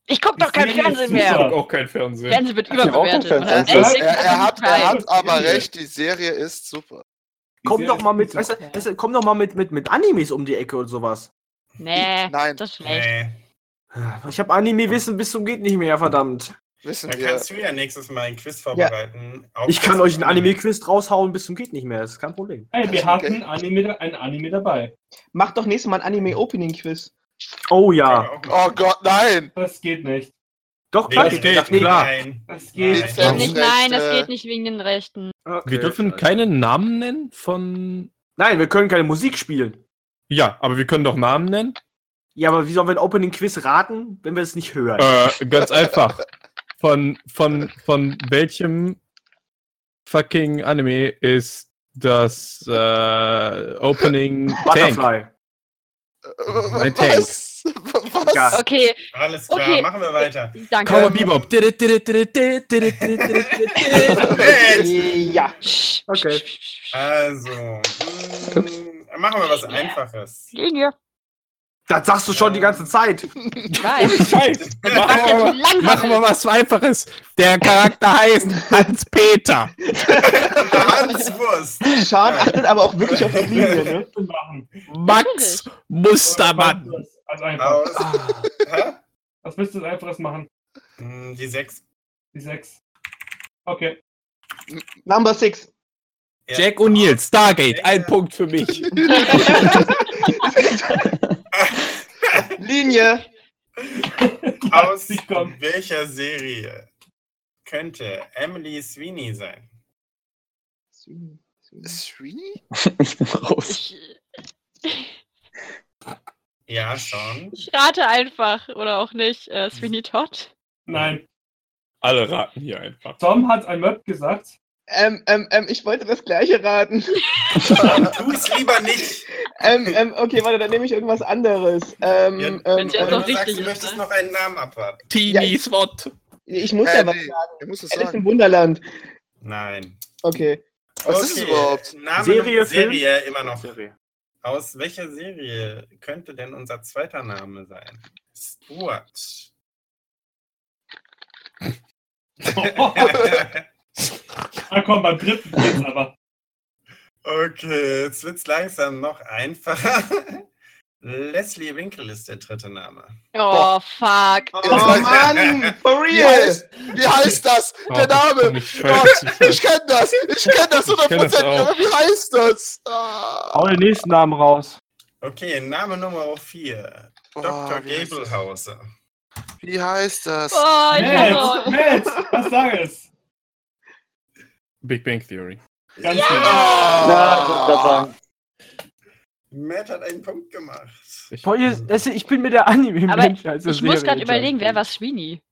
S4: Ich guck doch kein
S2: Die Serie
S4: Fernsehen
S2: ist
S7: Ich
S4: mehr.
S2: super.
S7: guck auch kein Fernsehen.
S4: Fernsehen wird
S6: Hat sie auch kein
S4: überbewertet. Und
S3: Er,
S6: Fernsehen?
S4: Netflix
S3: er,
S4: hat
S3: er, hat, er
S4: Prime.
S3: hat aber recht, die Serie ist super.
S2: Die
S5: Komm
S2: Serie
S5: doch mal mit,
S2: ist
S5: weißt
S2: super.
S5: du, weißt du, komm doch mal mit, mit, mit Animes um die Ecke und sowas.
S4: Nee,
S3: Nein,
S4: Äh, das ist schlecht.
S1: Nee,
S5: Ich habe Anime-Wissen bis zum geht nicht mehr, verdammt.
S3: wissen
S1: da
S3: wir.
S1: kannst du ja nächstes Mal ein Quiz vorbereiten. Auf-
S5: Ich kann euch ein Anime-Quiz raushauen bis zum geht nicht mehr, das ist kein Problem.
S2: Hey, wir
S3: Hast du
S2: hatten
S3: Geld?
S2: Anime, ein Anime dabei.
S8: Mach doch nächstes Mal ein Anime-Opening-Quiz.
S5: Oh
S1: Können
S5: ja,
S1: wir auch machen.
S3: Oh Gott, nein!
S2: Das geht nicht.
S5: doch,
S1: Nee,
S5: klar,
S1: das
S5: geht,
S1: geht
S5: geht, klar.
S1: Nein.
S2: Das
S1: Nein.
S2: geht
S1: Das
S4: Das geht
S3: Fernsehen-
S4: nicht, nein, das
S3: Rechte.
S4: geht nicht wegen den Rechten.
S5: Okay,
S7: Wir dürfen
S5: scheiße.
S7: keine Namen nennen von.
S5: Nein, wir können keine Musik spielen.
S7: Ja, aber wir können doch Namen nennen.
S5: Ja, aber wie sollen wir ein Opening-Quiz raten, wenn wir es nicht hören?
S7: Äh, ganz einfach. Von, von, von welchem fucking Anime ist das äh, Opening Tank?
S5: Butterfly.
S7: Mein Tank.
S3: Was? Was?
S5: Egal.
S4: Okay,
S1: Alles klar,
S4: Okay.
S1: machen wir weiter.
S4: danke.
S7: Cowboy Bebop.
S8: Ja.
S4: Sch-
S5: Okay.
S4: sch- sch- sch-
S1: Also, mh, machen wir was Einfaches.
S4: Linie.
S5: Das sagst du schon die ganze Zeit.
S4: Ich weiß.
S7: Scheiße.
S4: Was
S7: Machen
S4: jetzt
S7: wir mal-
S4: langsam.
S7: machen wir was Einfaches. Der Charakter heißt Hans-Peter.
S1: Hans Wurst.
S8: Schade, achtet aber auch wirklich auf die Linie, ne?
S2: zu machen.
S7: Max Mustermann.
S2: Also einfach.
S1: Aus. Hä?
S2: Was willst du als einfaches machen?
S1: Mh, Die sechs.
S2: Die sechs. Okay.
S8: Number 6.
S1: Ja.
S7: Jack O'Neill, Stargate. Ein Punkt für mich.
S8: Linie.
S1: Aus
S2: Die kommen.
S1: welcher Serie könnte Emily Sweeney sein?
S3: Sweeney?
S6: ich bin raus.
S4: Ich,
S1: Ja, schon.
S4: ich rate einfach oder auch nicht. Äh, Sweeney Todd.
S2: Nein.
S7: Alle raten hier einfach.
S2: Tom hat ein Möb gesagt.
S8: Ähm, ähm, ähm, ich wollte das gleiche raten.
S1: Tu es lieber nicht.
S8: Ähm, ähm, okay, warte, dann nehme ich irgendwas anderes. Ähm,
S1: Ja,
S8: ähm,
S4: wenn's jetzt
S1: Oder
S8: ähm,
S4: noch-
S1: du sagst,
S4: richtig
S1: du
S4: ist,
S1: möchtest
S4: ne?
S1: noch einen Namen abwarten.
S7: Teenie SWAT.
S8: ich muss
S3: Äh,
S8: ja was
S3: nee,
S8: sagen.
S3: ich muss es
S8: Alice
S3: sagen.
S8: im Wunderland.
S1: Nein.
S8: Okay.
S3: Was ist das überhaupt?
S1: Name,
S5: Serie,
S1: Serie,
S5: Film?
S1: Serie immer noch. Aus welcher Serie könnte denn unser zweiter Name sein? Stuart.
S2: Na komm, Oh, beim dritten geht's aber.
S1: okay, jetzt wird's langsam noch einfacher. Leslie Winkle ist der dritte Name.
S4: Oh, fuck.
S8: Oh Mann, for
S3: Wie
S8: real.
S3: heißt, wie heißt das?
S2: Oh,
S3: Der Name!
S7: Ich,
S3: Gott, ich kenne das! Ich kenne das
S7: Ich kenn das
S3: 100%!
S7: auch.
S3: Aber wie heißt das? Ah.
S5: Hau den nächsten Namen raus.
S1: Okay, Name Nummer 4. Dr.
S3: Boah, wie heißt das?
S1: Gablehauser.
S3: Wie heißt das?
S4: Oh, ich
S2: Mads,
S4: hab's
S2: Mads, was sag es?
S7: Big Bang Theory.
S2: Ganz
S6: Na, guck, das
S3: Ah.
S6: war.
S1: genau. Matt hat einen Punkt gemacht.
S7: Ich,
S5: Boah, ihr, es, ich bin mit der also Anime
S4: Aber
S5: als
S4: Ich muss gerade überlegen, wer war Sweeney?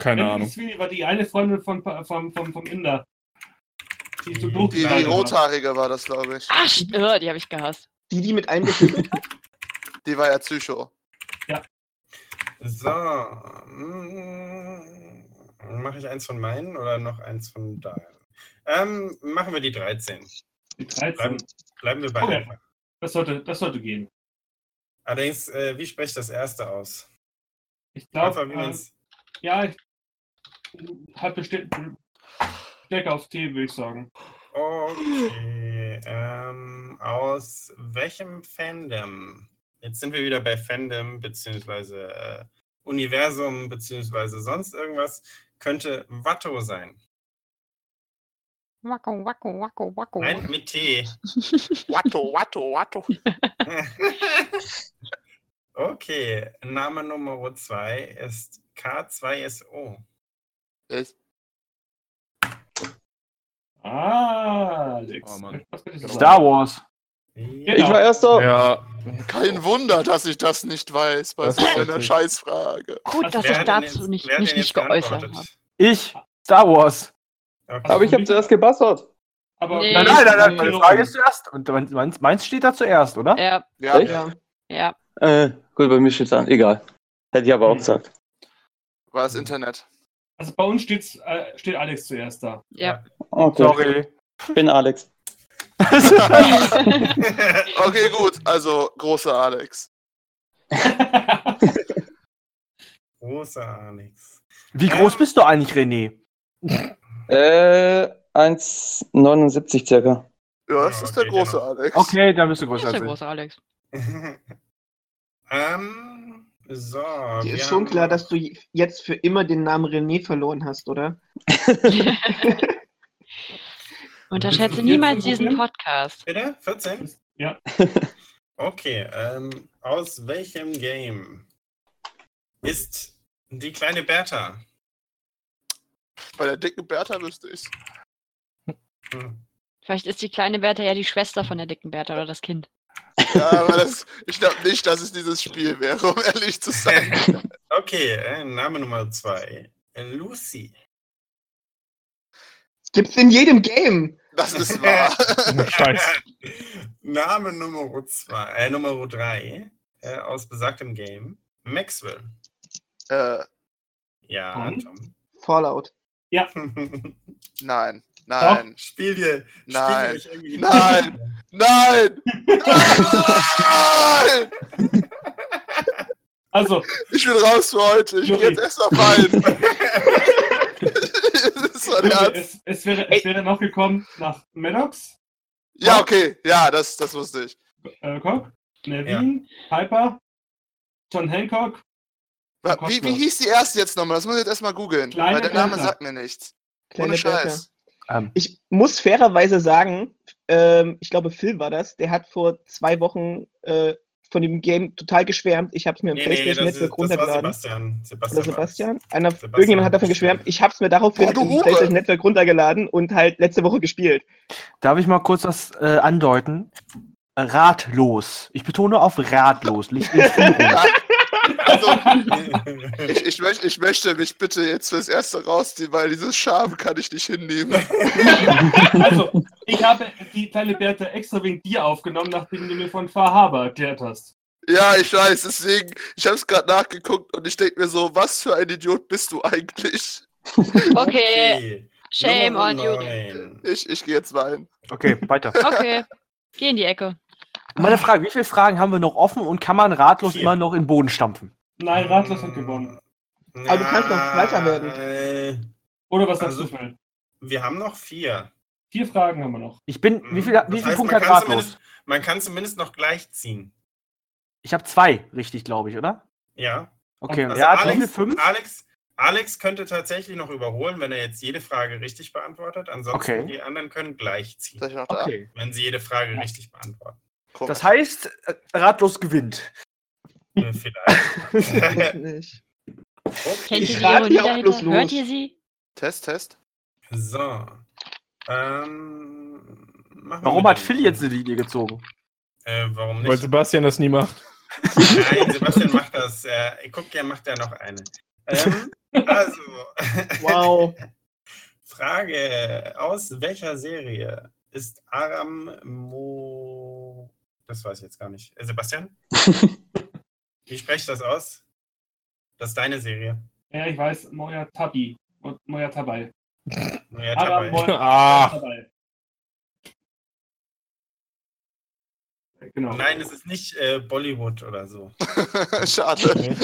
S7: keine
S2: Mindy
S7: Ahnung.
S2: Sweeney war die eine Freundin von, von, von, vom Inder. Die so doof
S3: Die, die
S2: gekleidet war.
S3: Rothaarige war das, glaube ich.
S4: Ach, st- oh, die habe ich gehasst.
S8: Die, die mit eingefügt hat.
S3: Die war ja Psycho.
S1: So. Mache ich eins von meinen oder noch eins von da? Ähm, machen wir die 13.
S2: Die 13.
S1: Bleiben wir bei
S2: Okay.
S1: einfach.
S2: Das sollte, das sollte gehen.
S1: Allerdings, äh, wie spreche ich das erste aus?
S2: Ich
S1: Einfach,
S2: glaube,
S1: wie
S2: äh,
S1: man's-
S2: ja, ich hat bestimmt Stärke auf T, würde ich sagen.
S1: Okay. Ähm, aus welchem Fandom? Jetzt sind wir wieder bei Fandom, beziehungsweise äh, Universum, beziehungsweise sonst irgendwas. Könnte Watto sein.
S4: Wacko, wacko, wacko, wacko.
S1: Nein, mit T.
S3: Watto, watto, watto.
S1: okay, Name Nummer 2 ist K2SO.
S2: Ah, Alex.
S7: Oh, Mann.
S2: Was könnte es
S5: Star
S2: sein?
S5: Wars.
S2: Ich
S6: Ich war erster.
S7: Ja,
S3: Kein Wunder, dass ich das nicht weiß bei
S7: Das
S3: so
S7: ist
S3: einer
S7: richtig.
S3: Scheißfrage.
S4: Gut, dass
S2: Wer
S4: ich
S2: hat
S4: dazu nicht, mich nicht geäußert habe.
S5: Ich. Star Wars.
S1: habe.
S6: Aber ich habe zuerst gebastelt.
S2: Aber
S4: Nee.
S5: Nein, nein, nein, nein. Meine Frage ist zuerst. Und mein- meins, meins steht da zuerst, oder?
S4: Ja,
S3: Ja,
S6: Echt?
S8: Ja.
S4: ja.
S6: Äh, gut, bei mir steht's an. Egal. Hätte ich
S8: Hm.
S6: aber auch gesagt.
S3: war das Internet.
S2: Also bei uns steht's, äh, steht Alex zuerst da.
S6: Okay,
S5: Sorry.
S6: ich bin Alex.
S3: Okay, gut, also großer Alex.
S1: Großer Alex.
S5: Wie groß bist du eigentlich, René?
S6: Äh, 1,79 circa.
S3: Ja, das
S1: Ja,
S3: ist
S1: okay,
S3: der große
S1: genau.
S3: Alex.
S5: Okay, dann bist du
S4: Das
S5: größer
S4: ist der
S5: als ich.
S4: große Alex.
S1: ähm, so.
S8: Dir
S1: wir
S8: ist schon
S1: haben-
S8: klar, dass du jetzt für immer den Namen René verloren hast, oder?
S4: Unterschätze
S2: Jetzt
S4: niemals
S2: ein
S4: diesen
S2: Problem?
S4: Podcast.
S1: Bitte? 14?
S2: ja.
S1: Okay, ähm, aus welchem Game ist die kleine Bertha?
S3: Bei der dicken Bertha wüsste ich
S1: Hm.
S4: Vielleicht ist die kleine Bertha ja die Schwester von der dicken Bertha oder das Kind.
S3: Ja, aber das, ich glaube nicht, dass es dieses Spiel wäre, um ehrlich zu sein.
S1: Okay, äh, Name Nummer 2. Lucy.
S8: Gibt's in jedem Game.
S3: Das ist wahr.
S7: scheiße.
S1: Name Nummer 2, äh, Nummer 3 äh, aus besagtem Game. Maxwell.
S3: äh,
S1: Ja,
S2: Und?
S1: Tom.
S8: Fallout.
S3: nein, nein,
S1: spiel dir.
S3: Nein.
S1: Spiel dir irgendwie die-
S3: Nein. nein, nein!
S2: Also,
S3: Ich bin raus für heute. Ich gehe
S2: Juri.
S3: jetzt erstmal rein. das war der Ernst.
S2: es, es, wäre, es wäre noch gekommen nach Maddox,
S3: Ja, okay. Ja, das, das wusste ich.
S2: äh, Cock, Nevin, Piper, John Hancock,
S3: Wa-
S2: Gott,
S3: Wie, wie
S2: Gott.
S3: hieß die erste jetzt nochmal? Das muss ich jetzt erstmal googeln.
S2: Kleine
S3: weil der Name
S2: Bertha.
S3: sagt mir nichts.
S8: Kleine
S3: Ohne
S8: Bertha.
S3: Scheiß.
S5: Ähm,
S8: Ich muss fairerweise sagen, ähm, ich glaube, Phil war das, der hat vor zwei Wochen äh, von dem Game total geschwärmt. Ich habe es mir im
S1: Nee, nee,
S8: PlayStation
S1: das, ist, das
S8: Network
S1: war
S8: runtergeladen.
S1: Sebastian. Sebastian.
S8: Oder
S1: war das.
S8: Sebastian? Einer,
S1: Sebastian
S8: irgendjemand
S1: hat
S8: hat davon
S1: gespielt.
S8: geschwärmt. Ich habe es mir daraufhin
S3: Boah, Oh, du
S8: im
S3: Hure!
S8: PlayStation Network runtergeladen und halt letzte Woche gespielt.
S5: darf ich mal kurz was äh, andeuten? Ratlos. Ich betone auf ratlos. Licht in Führung.
S3: Also, ich, ich, möcht, ich möchte mich bitte jetzt fürs Erste rausziehen, weil dieses Scham kann ich nicht hinnehmen.
S2: Also, ich habe die kleine Bertha extra wegen dir aufgenommen, nachdem du mir von Fahrhaber erklärt hast.
S3: Ja, ich weiß, deswegen, ich habe es gerade nachgeguckt und ich denke mir so, was für ein Idiot bist du eigentlich?
S4: Okay, shame
S1: Nummer
S4: on you.
S1: neun.
S3: Ich, ich gehe jetzt weinen.
S5: Okay, weiter.
S4: Okay, geh in die Ecke.
S5: Meine Frage, wie viele Fragen haben wir noch offen und kann man ratlos
S1: Vier.
S5: immer noch in den Boden stampfen?
S2: Nein, Ratlos
S5: Mm.
S2: hat gewonnen.
S1: Na,
S8: du kannst noch Zweiter werden.
S1: äh,
S2: Oder was sagst
S1: Also-
S2: du, Phil?
S1: Wir haben noch vier.
S2: Vier Fragen haben wir noch.
S5: Ich bin, wie viel,
S1: Mhm. Das
S5: wie viel
S1: heißt,
S5: Punkte
S1: man
S5: hat
S1: kann
S5: ratlos?
S1: zumindest- Man kann zumindest noch gleich ziehen.
S5: Ich habe zwei, richtig, glaube ich, oder?
S1: Ja.
S5: Okay,
S1: Also
S5: ja, Alex,
S1: Alex,
S5: fünf.
S1: Alex, Alex könnte tatsächlich noch überholen, wenn er jetzt jede Frage richtig beantwortet. Ansonsten
S5: Okay.
S1: die anderen können gleich ziehen,
S3: Seid ihr noch da?
S5: Okay.
S1: wenn sie jede Frage richtig beantworten.
S3: Komisch.
S5: Das heißt, äh, ratlos gewinnt.
S1: Äh, Vielleicht.
S8: Weiß nicht.
S1: okay.
S4: Kennt
S8: Ich
S4: ihr die
S8: rate
S4: Ironie
S8: hier auch bloß
S4: dahinter?
S8: los.
S4: Hört ihr sie?
S3: Test, Test.
S1: So. Ähm, machen wir
S5: Warum
S1: mit
S5: hat
S1: dem-
S5: Phil jetzt eine Linie gezogen?
S1: Äh, warum
S7: Weil
S1: nicht?
S7: Sebastian das nie macht.
S1: Nein, Sebastian macht das. Äh, guck, er macht ja noch eine. Ähm, also,
S8: Wow.
S1: Frage: Aus welcher Serie ist Aram Mo. Das weiß ich jetzt gar nicht. Äh, Sebastian? Wie spreche ich das aus? Das ist deine Serie.
S2: Ja, ich weiß, Moja Tabi. Und Moja Tabai.
S1: Naja,
S2: Aber
S1: dabei.
S7: Ah.
S2: Tabai. Genau.
S1: Nein, es ist nicht äh, Bollywood oder so.
S3: Schade.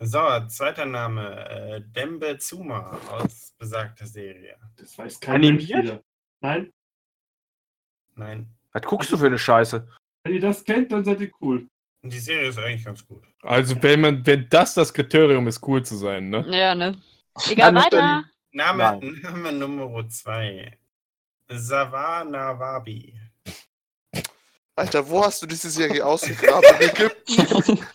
S1: So, zweiter Name: äh, Dembe Zuma aus besagter Serie.
S2: Das weiß kein
S5: Animiert?
S2: Mensch wieder. Nein,
S1: Nein,
S5: Was guckst du für eine Scheiße?
S2: wenn ihr das kennt, dann seid ihr cool.
S1: die Serie ist eigentlich ganz gut.
S7: Also wenn man, wenn das das Kriterium ist, cool zu sein, ne?
S4: Ja, ne? Egal,
S5: Dann-
S4: weiter.
S1: Name, Name Nummer 2. Savanawabi.
S3: Alter, wo hast du diese Serie ausgegraben? In Ägypten?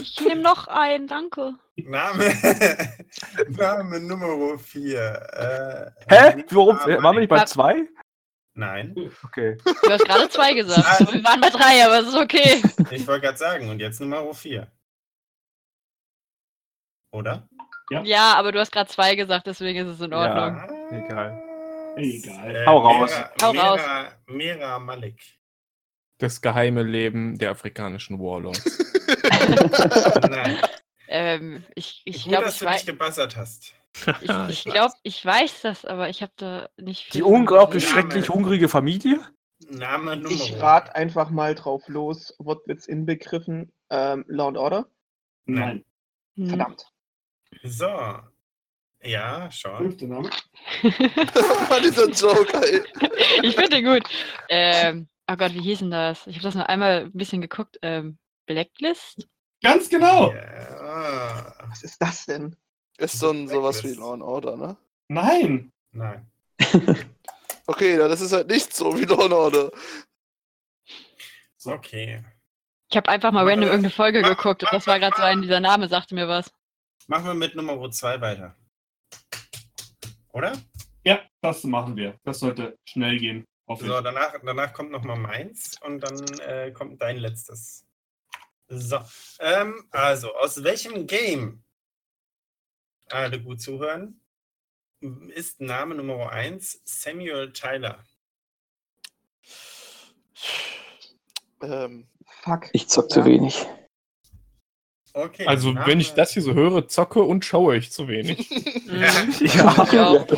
S4: Ich nehme noch einen, danke.
S1: Name, Name Nummer 4. Äh,
S5: Hä?
S1: Rita
S5: Warum? Äh, Waren wir nicht bei
S4: Mann.
S5: zwei?
S1: Nein,
S5: Okay.
S4: Du hast gerade zwei gesagt. Wir waren bei drei, aber es ist okay.
S1: ich wollte gerade sagen, und jetzt Nummer 4. Oder?
S4: Ja, aber du hast gerade zwei gesagt, deswegen ist es in
S5: Ja.
S4: Ordnung.
S1: Ah, egal. Äh,
S2: Egal.
S5: Hau raus.
S4: Hau raus.
S1: Mera, Mera Malik.
S7: Das geheime Leben der afrikanischen Warlords.
S1: Nein.
S4: Ähm, ich ich
S1: Gut,
S4: glaube,
S1: dass
S4: ich,
S1: du
S4: wei
S1: dich gebassert hast.
S4: ich, ich, glaub, ich weiß das, aber ich habe da nicht viel.
S5: Die
S4: von
S5: unglaublich
S1: Ja,
S4: gesehen.
S5: schrecklich hungrige Familie?
S1: Name Nummer.
S8: Ich rate einfach mal drauf los. What wird's inbegriffen? Ähm, Law and Order?
S2: Nein.
S4: Hm.
S8: Verdammt.
S1: So. Ja, schon.
S2: Fünfter Name.
S3: das war dieser halt- Joker. ey.
S4: ich finde den gut. Ähm, oh Gott, wie hieß denn das? Ich habe das nur einmal ein bisschen geguckt. Ähm, Blacklist?
S2: Ganz genau.
S1: Ja.
S8: Was ist das denn?
S3: Ist so ein, sowas wie Law and Order, ne?
S2: Nein.
S1: Nein.
S3: Okay, na, das ist halt nicht so wie Law and Order.
S1: Okay.
S4: Ich habe einfach mal random irgendeine Folge
S1: Mach-
S4: geguckt und das war gerade so ein, dieser Name sagte mir was.
S1: Machen wir mit Nummer 2 weiter. Oder?
S2: Ja, das machen wir. Das sollte schnell gehen. Hoffe
S1: So,
S7: Hm.
S2: ich.
S1: danach, danach kommt nochmal meins und dann äh, kommt dein letztes. So, ähm, also, aus welchem Game, alle gut zuhören, ist Name Nummer 1 Samuel Tyler?
S3: Ähm,
S8: Fuck.
S6: Ich zock zu
S8: Ja.
S6: wenig.
S1: Okay.
S7: Also
S1: Name-
S7: wenn ich das hier so höre, zocke und schaue ich zu wenig.
S4: Mhm.
S1: Ja.
S5: Ja.
S4: Ja.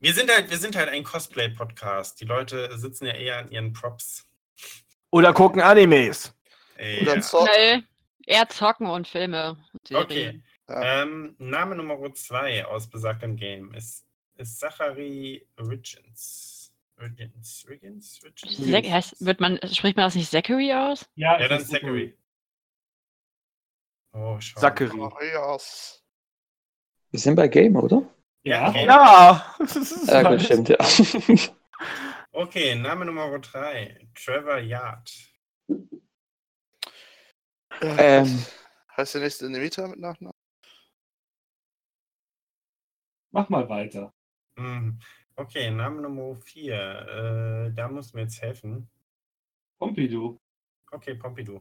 S1: Wir sind halt, wir sind halt ein Cosplay-Podcast. Die Leute sitzen ja eher an ihren Props.
S5: Oder gucken Animes?
S1: Äh,
S3: oder Zorn.
S4: Nee, eher zocken und Filme. und Serien.
S1: Okay. Ähm, Name Nummer 2 aus besagtem Game ist, ist Zachary Riggins. Riggins, Riggins, Riggins.
S4: Zac- heißt, wird man, spricht man das nicht Zachary aus?
S2: Ja,
S1: Ja,
S2: ich
S1: dann
S2: weiß,
S1: Zachary. Oh, schau.
S5: Zachary.
S3: Marias.
S6: Wir sind bei Game, oder?
S2: Ja.
S1: okay.
S5: Ja. Das ist
S6: Ja, gut,
S5: alles.
S6: stimmt, ja.
S1: Okay, Name Nummer 3. Trevor Yard.
S6: ähm,
S3: Heißt der nächste Nemita mit Nachnamen?
S2: Mach mal weiter.
S1: Mhm. Okay, Name Nummer 4. Äh, da muss mir jetzt helfen.
S2: Pompidou.
S1: Okay, Pompidou.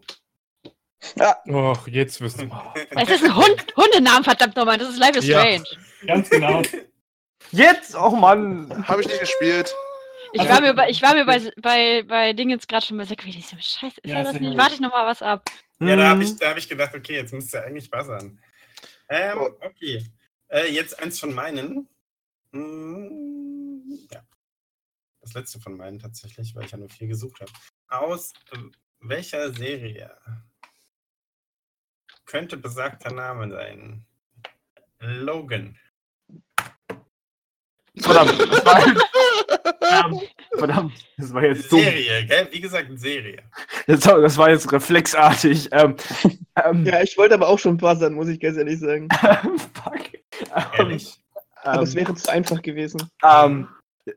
S7: Och, jetzt wissen wir.
S4: Es ist ein Hund, Hundenamen, verdammt nochmal, das ist Life is
S7: Ja.
S4: Strange.
S2: Ganz genau.
S5: Jetzt? Oh Mann.
S3: Hab ich nicht gespielt.
S4: Ich war mir bei, ich war mir bei, bei, bei Dingens gerade schon bei Zachary, ich so, scheiße, ist
S2: Ja,
S4: er das
S2: Zachary.
S4: nicht? Warte ich nochmal was ab.
S1: Ja, da habe
S5: Hm.
S1: ich, da hab ich gedacht, okay, jetzt müsste er eigentlich buzzern. Ähm,
S3: Oh.
S1: okay. Äh, jetzt eins von meinen. Mm, ja. Das letzte von meinen tatsächlich, weil ich ja nur vier gesucht habe. Aus äh, welcher Serie könnte besagter Name sein? Logan.
S5: Verdammt. Das war, verdammt. Verdammt. Das war jetzt dumm.
S1: Serie, gell? Wie gesagt, Serie.
S5: Das, war- das war jetzt reflexartig. Ähm, ähm,
S8: Ja, ich wollte aber auch schon buzzern, muss ich ganz ehrlich sagen.
S5: fuck. Ähm,
S1: Ehrlich?
S8: Aber es
S5: ähm,
S8: wäre zu einfach gewesen.
S5: ähm,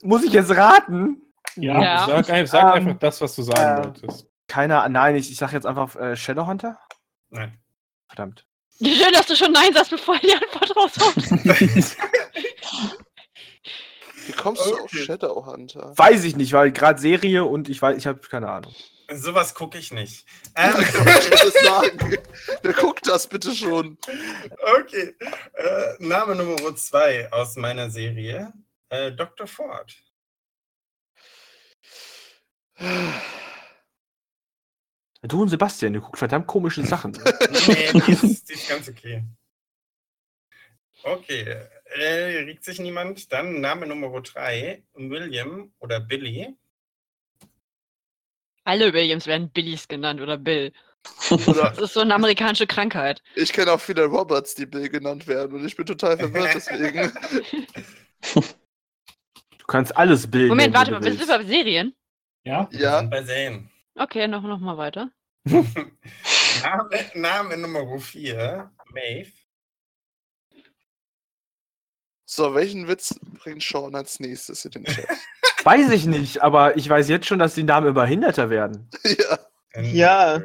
S5: muss ich jetzt raten?
S2: Ja.
S4: Ja.
S7: Sag, ein- sag
S5: Ähm,
S7: einfach das, was du sagen
S5: äh,
S7: wolltest.
S5: Keiner, nein, ich, ich sag jetzt einfach äh, Shadowhunter.
S1: Nein.
S5: Verdammt.
S4: Schön, dass du schon Nein sagst, bevor die Antwort rauskommt.
S3: Wie kommst du auf
S1: Okay.
S3: Shadowhunter?
S5: Weiß ich nicht, weil gerade Serie und ich weiß, ich habe keine Ahnung.
S1: Sowas gucke ich nicht.
S3: Wer
S1: Ähm,
S3: kann mir das sagen? Wer guckt das bitte schon?
S1: okay. Äh, Name Nummer zwei aus meiner Serie. Äh, Dr. Ford.
S5: Du und Sebastian, ihr guckt verdammt komische Sachen.
S1: Nee, die ist, die ist ganz okay. Okay. Äh, regt sich niemand? Dann Name Nummer drei. William oder Billy.
S4: Alle Williams werden Billys genannt oder Bill.
S3: Oder
S4: Das ist so eine amerikanische Krankheit.
S3: ich kenne auch viele Roberts, die Bill genannt werden und ich bin total verwirrt deswegen.
S5: Du kannst alles bilden.
S4: Moment,
S5: wenn
S4: warte
S5: du
S4: mal, wir sind
S5: willst.
S4: bei Serien.
S2: Ja.
S3: Ja,
S1: Mal sehen.
S4: Okay, noch, noch mal weiter.
S1: Name, Name Nummer vier. Maeve.
S3: so, welchen Witz bringt Sean als nächstes in den Chat?
S5: Weiß ich nicht, aber ich weiß jetzt schon, dass die Namen immer hinderter werden.
S3: ja,
S8: Ja.
S1: Ähm,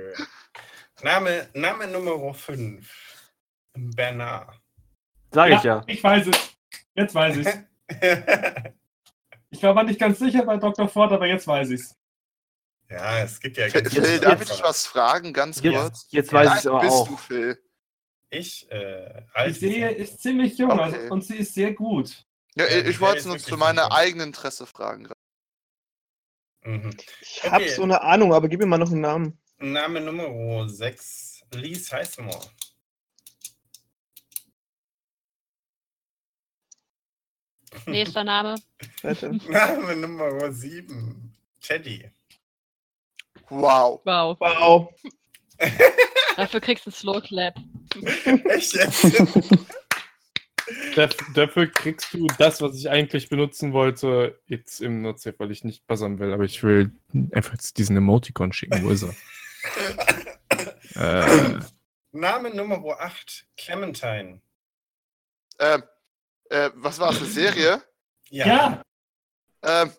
S1: Name, Name Nummer fünf. Bernard.
S5: Sag ich ja.
S2: Ich weiß es. Jetzt weiß ich es. Ich war aber nicht ganz sicher bei Dr. Ford, aber jetzt weiß ich es.
S1: ja, es gibt ja
S3: Phil,
S1: ganz
S5: jetzt-
S3: Phil, darf
S5: jetzt-
S3: ich dich was fragen, ganz kurz?
S5: Jetzt, jetzt weiß ich es
S3: Wie
S5: aber
S3: alt bist
S5: auch.
S3: du, Phil?
S1: Ich, äh,
S2: Die Serie ist ziemlich jung
S3: Okay.
S2: also, und sie ist sehr gut.
S3: Ja,
S1: Ja,
S3: ich,
S1: ich
S3: ich
S1: wär
S3: wollte
S1: jetzt
S3: es nur
S1: wirklich
S3: zu meiner
S1: verwirrt.
S3: eigenen Interesse fragen.
S1: Mhm.
S8: Ich hab so eine Ahnung, aber gib mir mal noch einen Namen.
S1: Name Nummer sechs. Lee Sizemore.
S4: Nächster Name.
S8: Weiter.
S1: Name Nummer sieben. Teddy.
S3: Wow.
S4: Wow.
S8: Wow.
S4: Dafür kriegst du einen Slow Clap.
S1: Echt jetzt?
S7: Daf- Dafür kriegst du das, was ich eigentlich benutzen wollte, jetzt im Notsafe, weil ich nicht buzzern will, aber ich will einfach jetzt diesen Emoticon schicken. Wo ist er? äh,
S1: Name Nummer acht. Clementine.
S3: Ähm, äh, was war das, eine Serie?
S1: Ja.
S3: Ähm,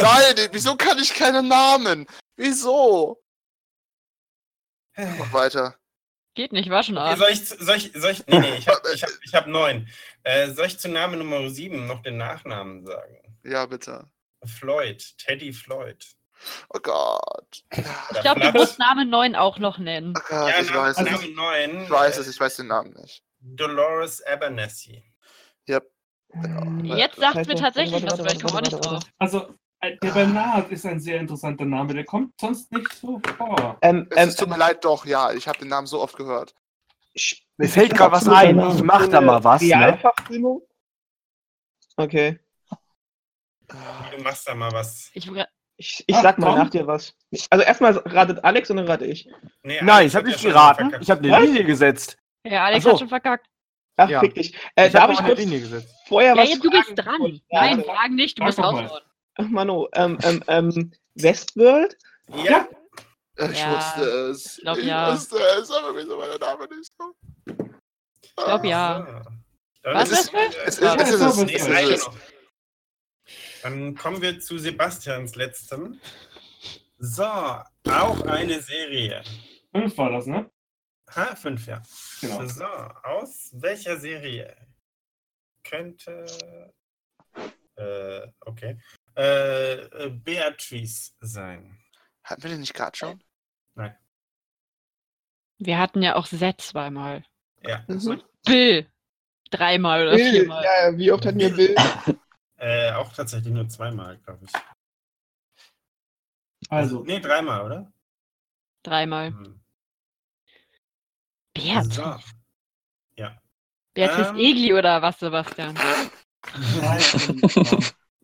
S3: nein, wieso kann ich keine Namen? Wieso? Mach weiter.
S4: Geht nicht, war schon
S1: Okay,
S4: arg.
S1: Äh, soll ich, zu- soll ich, soll ich, nee, nee, ich habe ich hab, ich hab neun. Äh, soll ich zu Name Nummer sieben noch den Nachnamen sagen?
S3: Ja, bitte.
S1: Floyd, Teddy Floyd.
S3: Oh Gott.
S4: Ich glaube, du
S1: Name-
S4: musst Namen 9 auch noch nennen.
S3: Oh Gott,
S1: ja,
S3: ich
S1: Name,
S3: weiß
S1: Name
S3: es.
S1: neun.
S3: Ich weiß es,
S1: äh,
S3: ich weiß den Namen nicht.
S1: Dolores Abernathy.
S3: Genau.
S4: Jetzt
S8: Warte,
S4: sagt's mir
S8: warte,
S4: tatsächlich
S8: warte,
S4: was,
S8: warte,
S4: aber ich komme auch
S8: warte,
S4: nicht
S8: warte,
S4: drauf.
S2: Also, äh, der Bernard ist ein sehr interessanter Name. Der kommt sonst nicht so vor.
S8: Ähm,
S3: Es
S8: ähm,
S3: tut mir leid, doch, ja, ich habe den Namen so oft gehört.
S8: sch-
S5: Mir fällt gerade was ein. Ich mach da mal was. Ne?
S8: Realverfilmung? Okay.
S1: Du machst da mal was.
S4: Ich, war-
S8: Ich, ich
S2: Ach,
S8: sag mal
S2: komm.
S8: nach dir was. Also erstmal ratet Alex und dann rate ich.
S1: Nee,
S5: Nein,
S1: Alex
S5: ich
S1: hat
S5: habe
S1: ja
S5: nicht
S1: schon mal
S5: geraten.
S1: verkackt.
S5: Ich habe eine
S8: Was?
S5: Linie gesetzt.
S4: ja, Alex
S5: Ach so.
S4: hat schon verkackt.
S8: Ach,
S5: Ja.
S8: fick dich. Äh,
S5: ich hab
S8: darf ich
S5: auch
S8: kurz
S5: Linie gesetzt.
S8: vorher
S4: Ja,
S8: was
S4: jetzt, du bist
S8: fragen?
S4: dran.
S8: Ja.
S4: Nein, fragen nicht, du
S2: Sag
S4: musst
S2: doch mal.
S4: raushauen.
S8: Ach, Manu, ähm, ähm, ähm, Westworld?
S1: Ja,
S3: Äh, Ich
S4: Ja,
S3: wusste es. Ich,
S4: glaub, ja.
S3: wusste es, aber wieso war der Name nicht so?
S4: Ich glaube ja.
S1: Dann
S4: Was,
S1: ist-
S4: was, was?
S3: Es ist, es
S4: Ja,
S3: ist,
S2: das
S3: es
S2: war
S3: ist,
S1: Nee,
S3: es
S2: was.
S1: reicht
S3: ist,
S1: noch. Dann kommen wir zu Sebastians letztem. So, auch eine Serie.
S2: Fünf war das, ne?
S1: Ha, fünf, ja.
S2: Genau.
S1: So, aus welcher Serie könnte. Äh, okay. Äh, äh, Beatrice sein.
S3: Hatten wir den nicht gerade schon?
S4: Wir hatten ja auch Set zweimal.
S1: Ja.
S8: Mhm.
S4: Bill. Dreimal oder
S8: Bill,
S4: viermal.
S8: ja, wie oft hatten wir Bill?
S1: Äh, auch tatsächlich nur zweimal, glaube ich.
S2: Also,
S1: Nee, dreimal, oder?
S4: Dreimal.
S1: Hm.
S4: Beatrice.
S1: So.
S4: Beatrice
S1: Ähm.
S4: Egli oder was, Sebastian?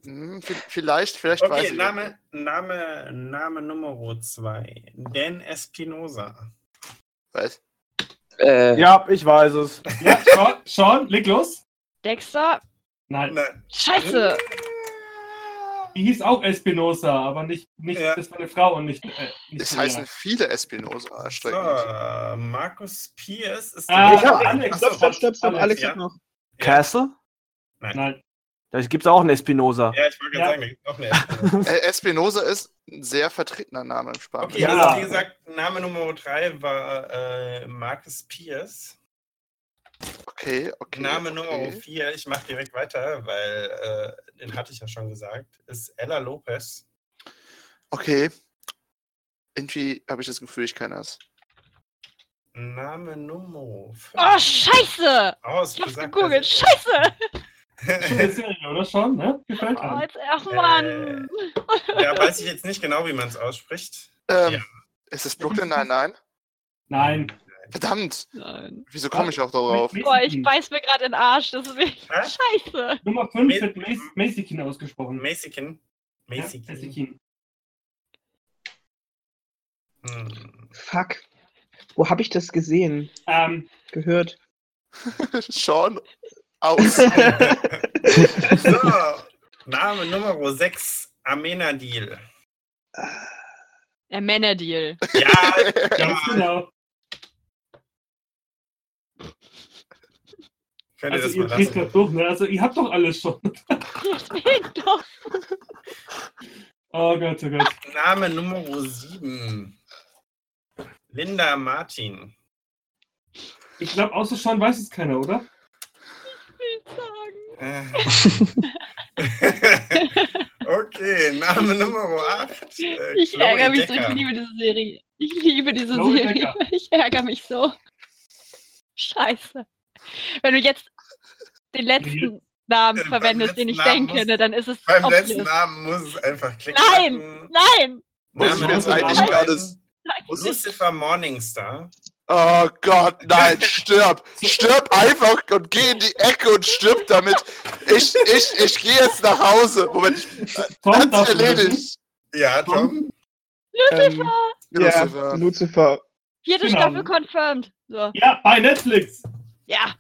S3: Hm, vi- vielleicht, vielleicht weiß
S1: Okay,
S3: ich.
S1: Name, Name, Name Nummer zwei. Dan Espinosa.
S3: Weiß.
S6: Äh,
S5: Ja, ich weiß es.
S2: ja, Sean, Sean, leg los.
S4: Dexter?
S2: Nein.
S1: Nein.
S4: Scheiße!
S2: Die hieß auch Espinosa, aber nicht, nicht
S1: Ja.
S2: das war eine Frau und nicht. Äh, nicht
S3: Es
S2: Maria.
S3: heißen viele Espinosa erstreckend.
S1: So, Markus Pierce ist
S2: Ah,
S1: der-
S8: Ich hab-
S2: Alex.
S8: Stopp, stopp, stopp, stopp.
S2: Alex,
S8: Alex
S1: ja.
S8: hat noch.
S5: Castle?
S2: Nein,
S5: Da gibt's auch einen Espinosa.
S1: Ja, ich wollte
S2: Ja.
S1: gerade sagen, da gibt's auch eine.
S3: Äh, Espinosa ist ein sehr vertretener Name im Spanischen.
S1: Okay,
S2: Ja.
S1: also wie gesagt, Name Nummer 3 war äh, Marcus Pierce.
S3: Okay, okay.
S1: Name
S3: okay.
S1: Nummer 4, ich mache direkt weiter, weil äh, den hatte ich ja schon gesagt, ist Ella Lopez.
S3: Okay. Irgendwie habe ich das Gefühl, ich kann das.
S1: Name Nummer 5.
S4: Oh, scheiße! Ich hab's gegoogelt. Scheiße!
S2: schon eine Serie, oder schon? Ne? Gefällt
S4: Oh,
S2: einem.
S4: jetzt, ach
S1: äh.
S4: Mann!
S1: Da Äh, weiß ich jetzt nicht genau, wie man es ausspricht.
S3: Ähm,
S1: Ja.
S3: Ist es Brooklyn? Nein, nein.
S2: Nein.
S3: Verdammt!
S4: Nein.
S3: Wieso komme ich auch darauf?
S2: Mi-
S4: Boah, ich
S2: Mäßigen.
S4: beiß mir gerade in den Arsch, das ist echt
S1: Hä?
S4: scheiße.
S2: Nummer 5
S1: Mi-
S2: wird Mace- Mäßigen ausgesprochen.
S1: Mäßigen.
S2: Ja,
S1: Mäßigen.
S2: Mäßigen.
S1: Hm.
S8: Fuck. Wo habe ich das gesehen?
S2: Ähm,
S8: Gehört?
S3: Sean aus.
S1: So, Name Nummer 6, Amena Deal.
S4: Der Männerdeal.
S1: Ja,
S2: ganz genau.
S1: könnt ihr das
S2: Also, ihr
S1: mal
S2: kriegt das
S1: lassen.
S2: durch, ne? Also, ihr habt doch alles schon.
S4: Deswegen doch.
S2: Oh Gott, oh Gott.
S1: Name Nummer 7, Linda Martin.
S2: Ich glaube, außer Sean weiß es keiner, oder?
S4: Ich will sagen.
S1: Äh. okay, Name Nummer äh, 8.
S4: Ich ärgere mich so, ich liebe diese Serie. Ich liebe diese
S2: Chloe
S4: Serie.
S2: Decker.
S4: Ich ärgere mich so. Scheiße. Wenn du jetzt den letzten
S1: beim
S4: Namen verwendest, den ich
S1: letzten Namen
S4: denke,
S1: musst-
S4: ne, dann ist es
S1: Beim
S4: obvious.
S1: letzten Namen muss es einfach klicken.
S4: Nein!
S1: machen.
S4: Nein!
S3: Muss ich
S1: Name
S3: jetzt
S1: Nummer
S3: eigentlich
S1: neun,
S3: gerade. s-
S1: Lucifer Morningstar.
S3: Oh Gott, nein, stirb! Stirb einfach und geh in die Ecke und stirb damit! Ich, ich, ich gehe jetzt nach Hause! Moment,
S2: Tom
S3: hat's
S2: darf nicht wissen.
S3: erledigt!
S1: Ja, Tom.
S8: Ähm, ja,
S3: Lucifer.
S8: Lucifer.
S4: Vierte
S2: Genau.
S4: Staffel confirmed. So.
S2: Ja, bei Netflix.
S4: Ja.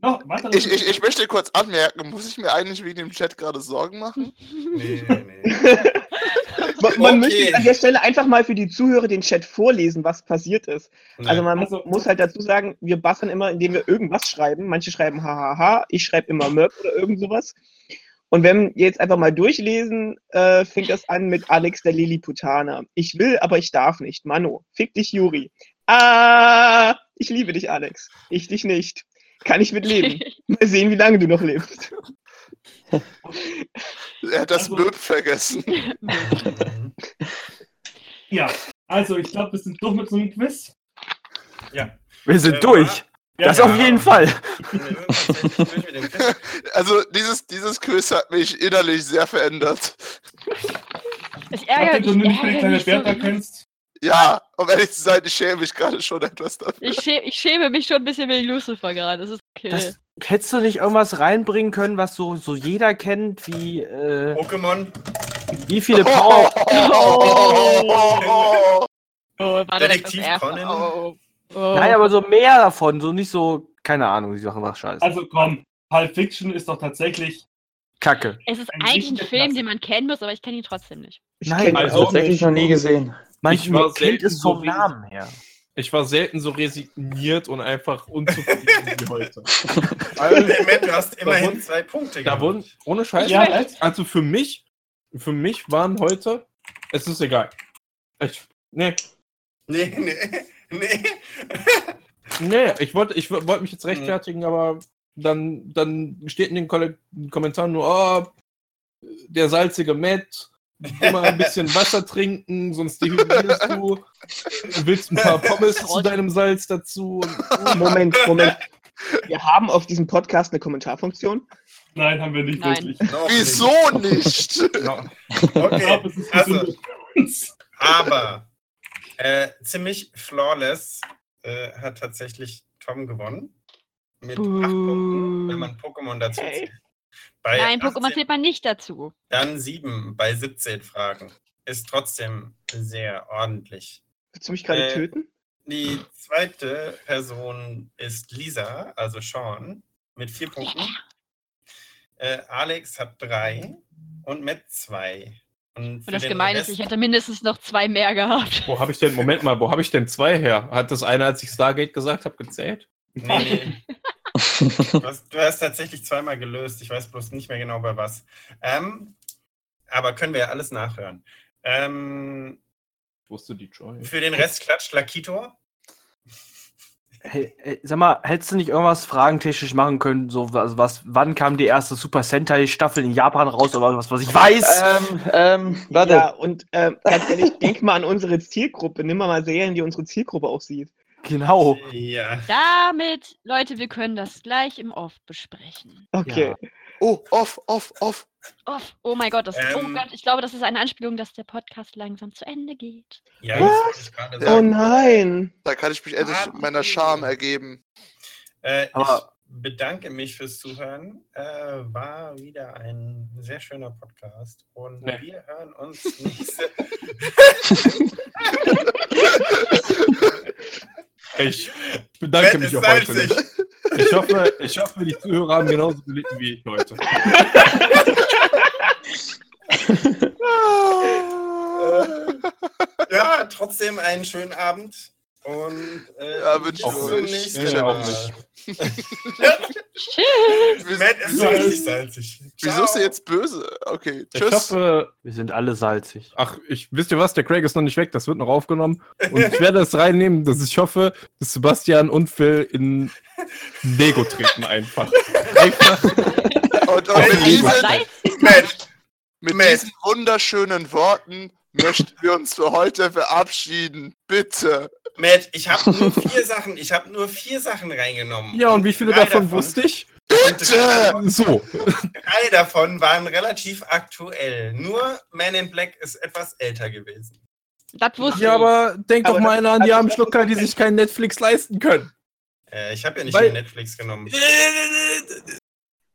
S2: Noch, warte.
S3: Ich, ich, ich möchte kurz anmerken, muss ich mir eigentlich wegen dem Chat gerade Sorgen machen?
S1: Nee, nee.
S8: Man, man
S1: Okay.
S8: möchte jetzt an der Stelle einfach mal für die Zuhörer den Chat vorlesen, was passiert ist. Also man
S2: Also-
S8: muss halt dazu sagen, wir buzzern immer, indem wir irgendwas schreiben. Manche schreiben hahaha, ich schreibe immer Möb oder irgend sowas. Und wenn wir jetzt einfach mal durchlesen, äh, fängt das an mit Alex der Lilliputaner. Ich will, aber ich darf nicht. Mano, fick dich, Juri. Ah, ich liebe dich, Alex. Ich dich nicht. Kann ich mit leben. Mal sehen, wie lange du noch lebst.
S3: Er hat das
S2: Also-
S3: Möb vergessen.
S1: Mhm.
S2: Ja, also ich glaube, wir sind durch mit so einem Quiz.
S1: ja.
S5: Wir sind
S1: Äh,
S5: durch.
S2: Ja,
S5: das
S1: ja.
S5: auf jeden Fall.
S1: Wir sind tatsächlich durch mit dem Quiz.
S3: Also dieses, dieses Quiz hat mich innerlich sehr verändert.
S4: Ich
S2: Warte,
S4: ärgere
S2: du
S4: mich.
S2: nimmst vielleicht
S4: Ärgere
S2: deine
S4: mich so
S2: Bertha
S4: richtig.
S2: kennst.
S3: Ja, um ehrlich zu sein, ich schäme mich gerade schon etwas dafür.
S4: ich, schäme, ich schäme mich schon ein bisschen wegen Lucifer gerade. Das ist okay.
S5: Das, hättest du nicht irgendwas reinbringen können, was so, so jeder kennt, wie äh,
S1: Pokémon.
S5: wie viele Power.
S3: Oh.
S4: oh, war direkt
S1: Detektiv
S4: Erste.
S1: Conan.
S4: Oh, oh.
S5: Nein, aber so mehr davon, so nicht so, keine Ahnung, die Sachen war scheiße.
S2: Also komm, Pulp Fiction ist doch tatsächlich.
S5: Kacke.
S4: es ist
S2: ein
S4: eigentlich ein
S2: richtiger
S4: Film,
S2: Klassiker.
S4: den man kennen muss, aber ich kenne ihn trotzdem nicht.
S8: Ich
S5: Nein,
S8: kenn ihn
S7: also-
S8: auch
S6: Tatsächlich
S8: nicht.
S6: noch nie gesehen.
S5: Manche
S7: war
S5: kennt
S7: selten
S5: es vom
S7: so wenig-
S5: Namen her.
S7: Ich war selten so resigniert und einfach unzufrieden wie heute.
S1: Hey, Matt, du hast immerhin
S7: wurden-
S1: zwei Punkte
S7: Da wurden,
S1: gemacht.
S7: ohne Scheiß,
S2: Ja,
S5: halt.
S2: echt?
S7: also für mich, für mich waren heute, es ist egal. Ich, nee,
S1: Nee, nee, nee.
S7: nee, ich wollte ich wollte mich jetzt
S1: Mhm.
S7: rechtfertigen, aber dann, dann steht in den Kolle- Kommentaren nur, oh, der salzige Matt, immer ein bisschen Wasser trinken, sonst dehydrierst du, willst ein paar Pommes zu deinem Salz dazu.
S8: Moment, Moment. Wir haben auf diesem Podcast eine Kommentarfunktion.
S2: Nein, haben wir nicht
S4: Nein.
S2: wirklich.
S1: Noch nicht.
S3: Wieso nicht?
S2: Ich
S1: Okay.
S2: glaube, es ist
S1: Also.
S2: gesund für uns.
S1: Aber äh, ziemlich flawless äh, hat tatsächlich Tom gewonnen. Mit acht
S4: Buh.
S1: Punkten, wenn man Pokémon dazu zählt. Bei
S4: Nein, Pokémon
S1: 18
S4: zählt man nicht dazu.
S1: Dann 7 bei 17 Fragen. Ist trotzdem sehr ordentlich.
S8: Willst du mich gerade
S1: Äh,
S8: töten?
S1: Die zweite Person ist Lisa, also Sean, mit 4 Punkten. Äh, Alex hat 3 und Matt 2. Und für
S4: Und das
S1: den
S4: Gemeine ist,
S1: Rest-
S4: ich hätte mindestens noch zwei mehr gehabt.
S7: Wo habe ich denn, Moment mal, wo habe ich denn zwei her? Hat das eine, als ich Stargate gesagt habe, gezählt?
S1: Nee, nee. Du hast, du hast tatsächlich zweimal gelöst. Ich weiß bloß nicht mehr genau bei was. Ähm, aber können wir ja alles nachhören. Ähm,
S7: Ich wusste Detroit.
S1: für den Rest klatscht Lakito.
S5: Hey, hey, sag mal, hättest du nicht irgendwas fragentechnisch machen können? So was, was wann kam die erste Super Sentai-Staffel in Japan raus oder was, was ich weiß?
S6: Ähm, ähm, warte.
S8: Ja, und ähm, ganz ehrlich, denk mal an unsere Zielgruppe. Nimm mal, mal Serien, die unsere Zielgruppe auch sieht. Oh.
S5: genau.
S1: Ja.
S4: Damit, Leute, wir können das gleich im Off besprechen.
S8: Okay.
S3: Oh, off, off, off.
S4: Off. Oh mein Gott, das,
S1: Ähm.
S4: oh Gott, ich glaube, das ist eine Anspielung, dass der Podcast langsam zu Ende geht.
S1: Ja,
S8: Was?
S1: das wollte ich gerade
S8: Oh
S1: sagen.
S8: nein.
S3: Da kann ich mich endlich
S1: Ah,
S3: meiner
S1: okay.
S3: Scham ergeben.
S1: Äh,
S5: Aber-
S1: ich bedanke mich fürs Zuhören. Äh, war wieder ein sehr schöner Podcast. Und
S7: Nee.
S1: wir hören uns nächste
S7: Ich bedanke
S1: Matt
S7: mich
S1: ist
S7: auch heute.
S1: salzig.
S7: nicht. Ich hoffe, ich hoffe, die Zuhörer haben genauso gelitten wie ich heute.
S1: Ja, trotzdem einen schönen Abend. Und äh,
S3: Ja, wünsche
S1: bis
S7: ich
S1: zum
S3: euch.
S1: nächsten
S7: Ja, auch
S1: Mal.
S4: Tschüss.
S1: Matt ist
S3: Wieso-
S1: richtig salzig.
S3: Wieso ist
S1: Ciao.
S3: er jetzt böse? Okay,
S7: Ich
S3: tschüss.
S7: hoffe,
S5: Wir sind alle salzig.
S7: ach, ich, wisst ihr was, der Craig ist noch nicht weg, das wird noch aufgenommen. Und ich werde das reinnehmen, dass ich hoffe, dass Sebastian und Phil in Lego treten einfach. einfach
S3: Und, und
S1: Wenn
S3: mit,
S1: ich
S3: diesen,
S4: Nein,
S1: Matt,
S3: mit
S1: Matt.
S3: diesen wunderschönen Worten möchten wir uns für heute verabschieden. Bitte.
S1: Matt, ich habe nur vier Sachen, ich habe nur vier Sachen reingenommen.
S7: ja, und wie viele
S1: Drei
S7: davon wusste ich?
S3: Bitte!
S7: So.
S1: Drei davon waren relativ aktuell. Nur Man in Black ist etwas älter gewesen.
S4: das wusste
S7: Ja,
S4: ich.
S7: aber denk
S8: Aber
S7: doch mal
S8: das-
S7: einer an die
S8: also-
S7: armen Schlucker, die sich kein Netflix leisten können.
S1: Äh, ich habe ja nicht
S7: Weil-
S1: mehr Netflix genommen.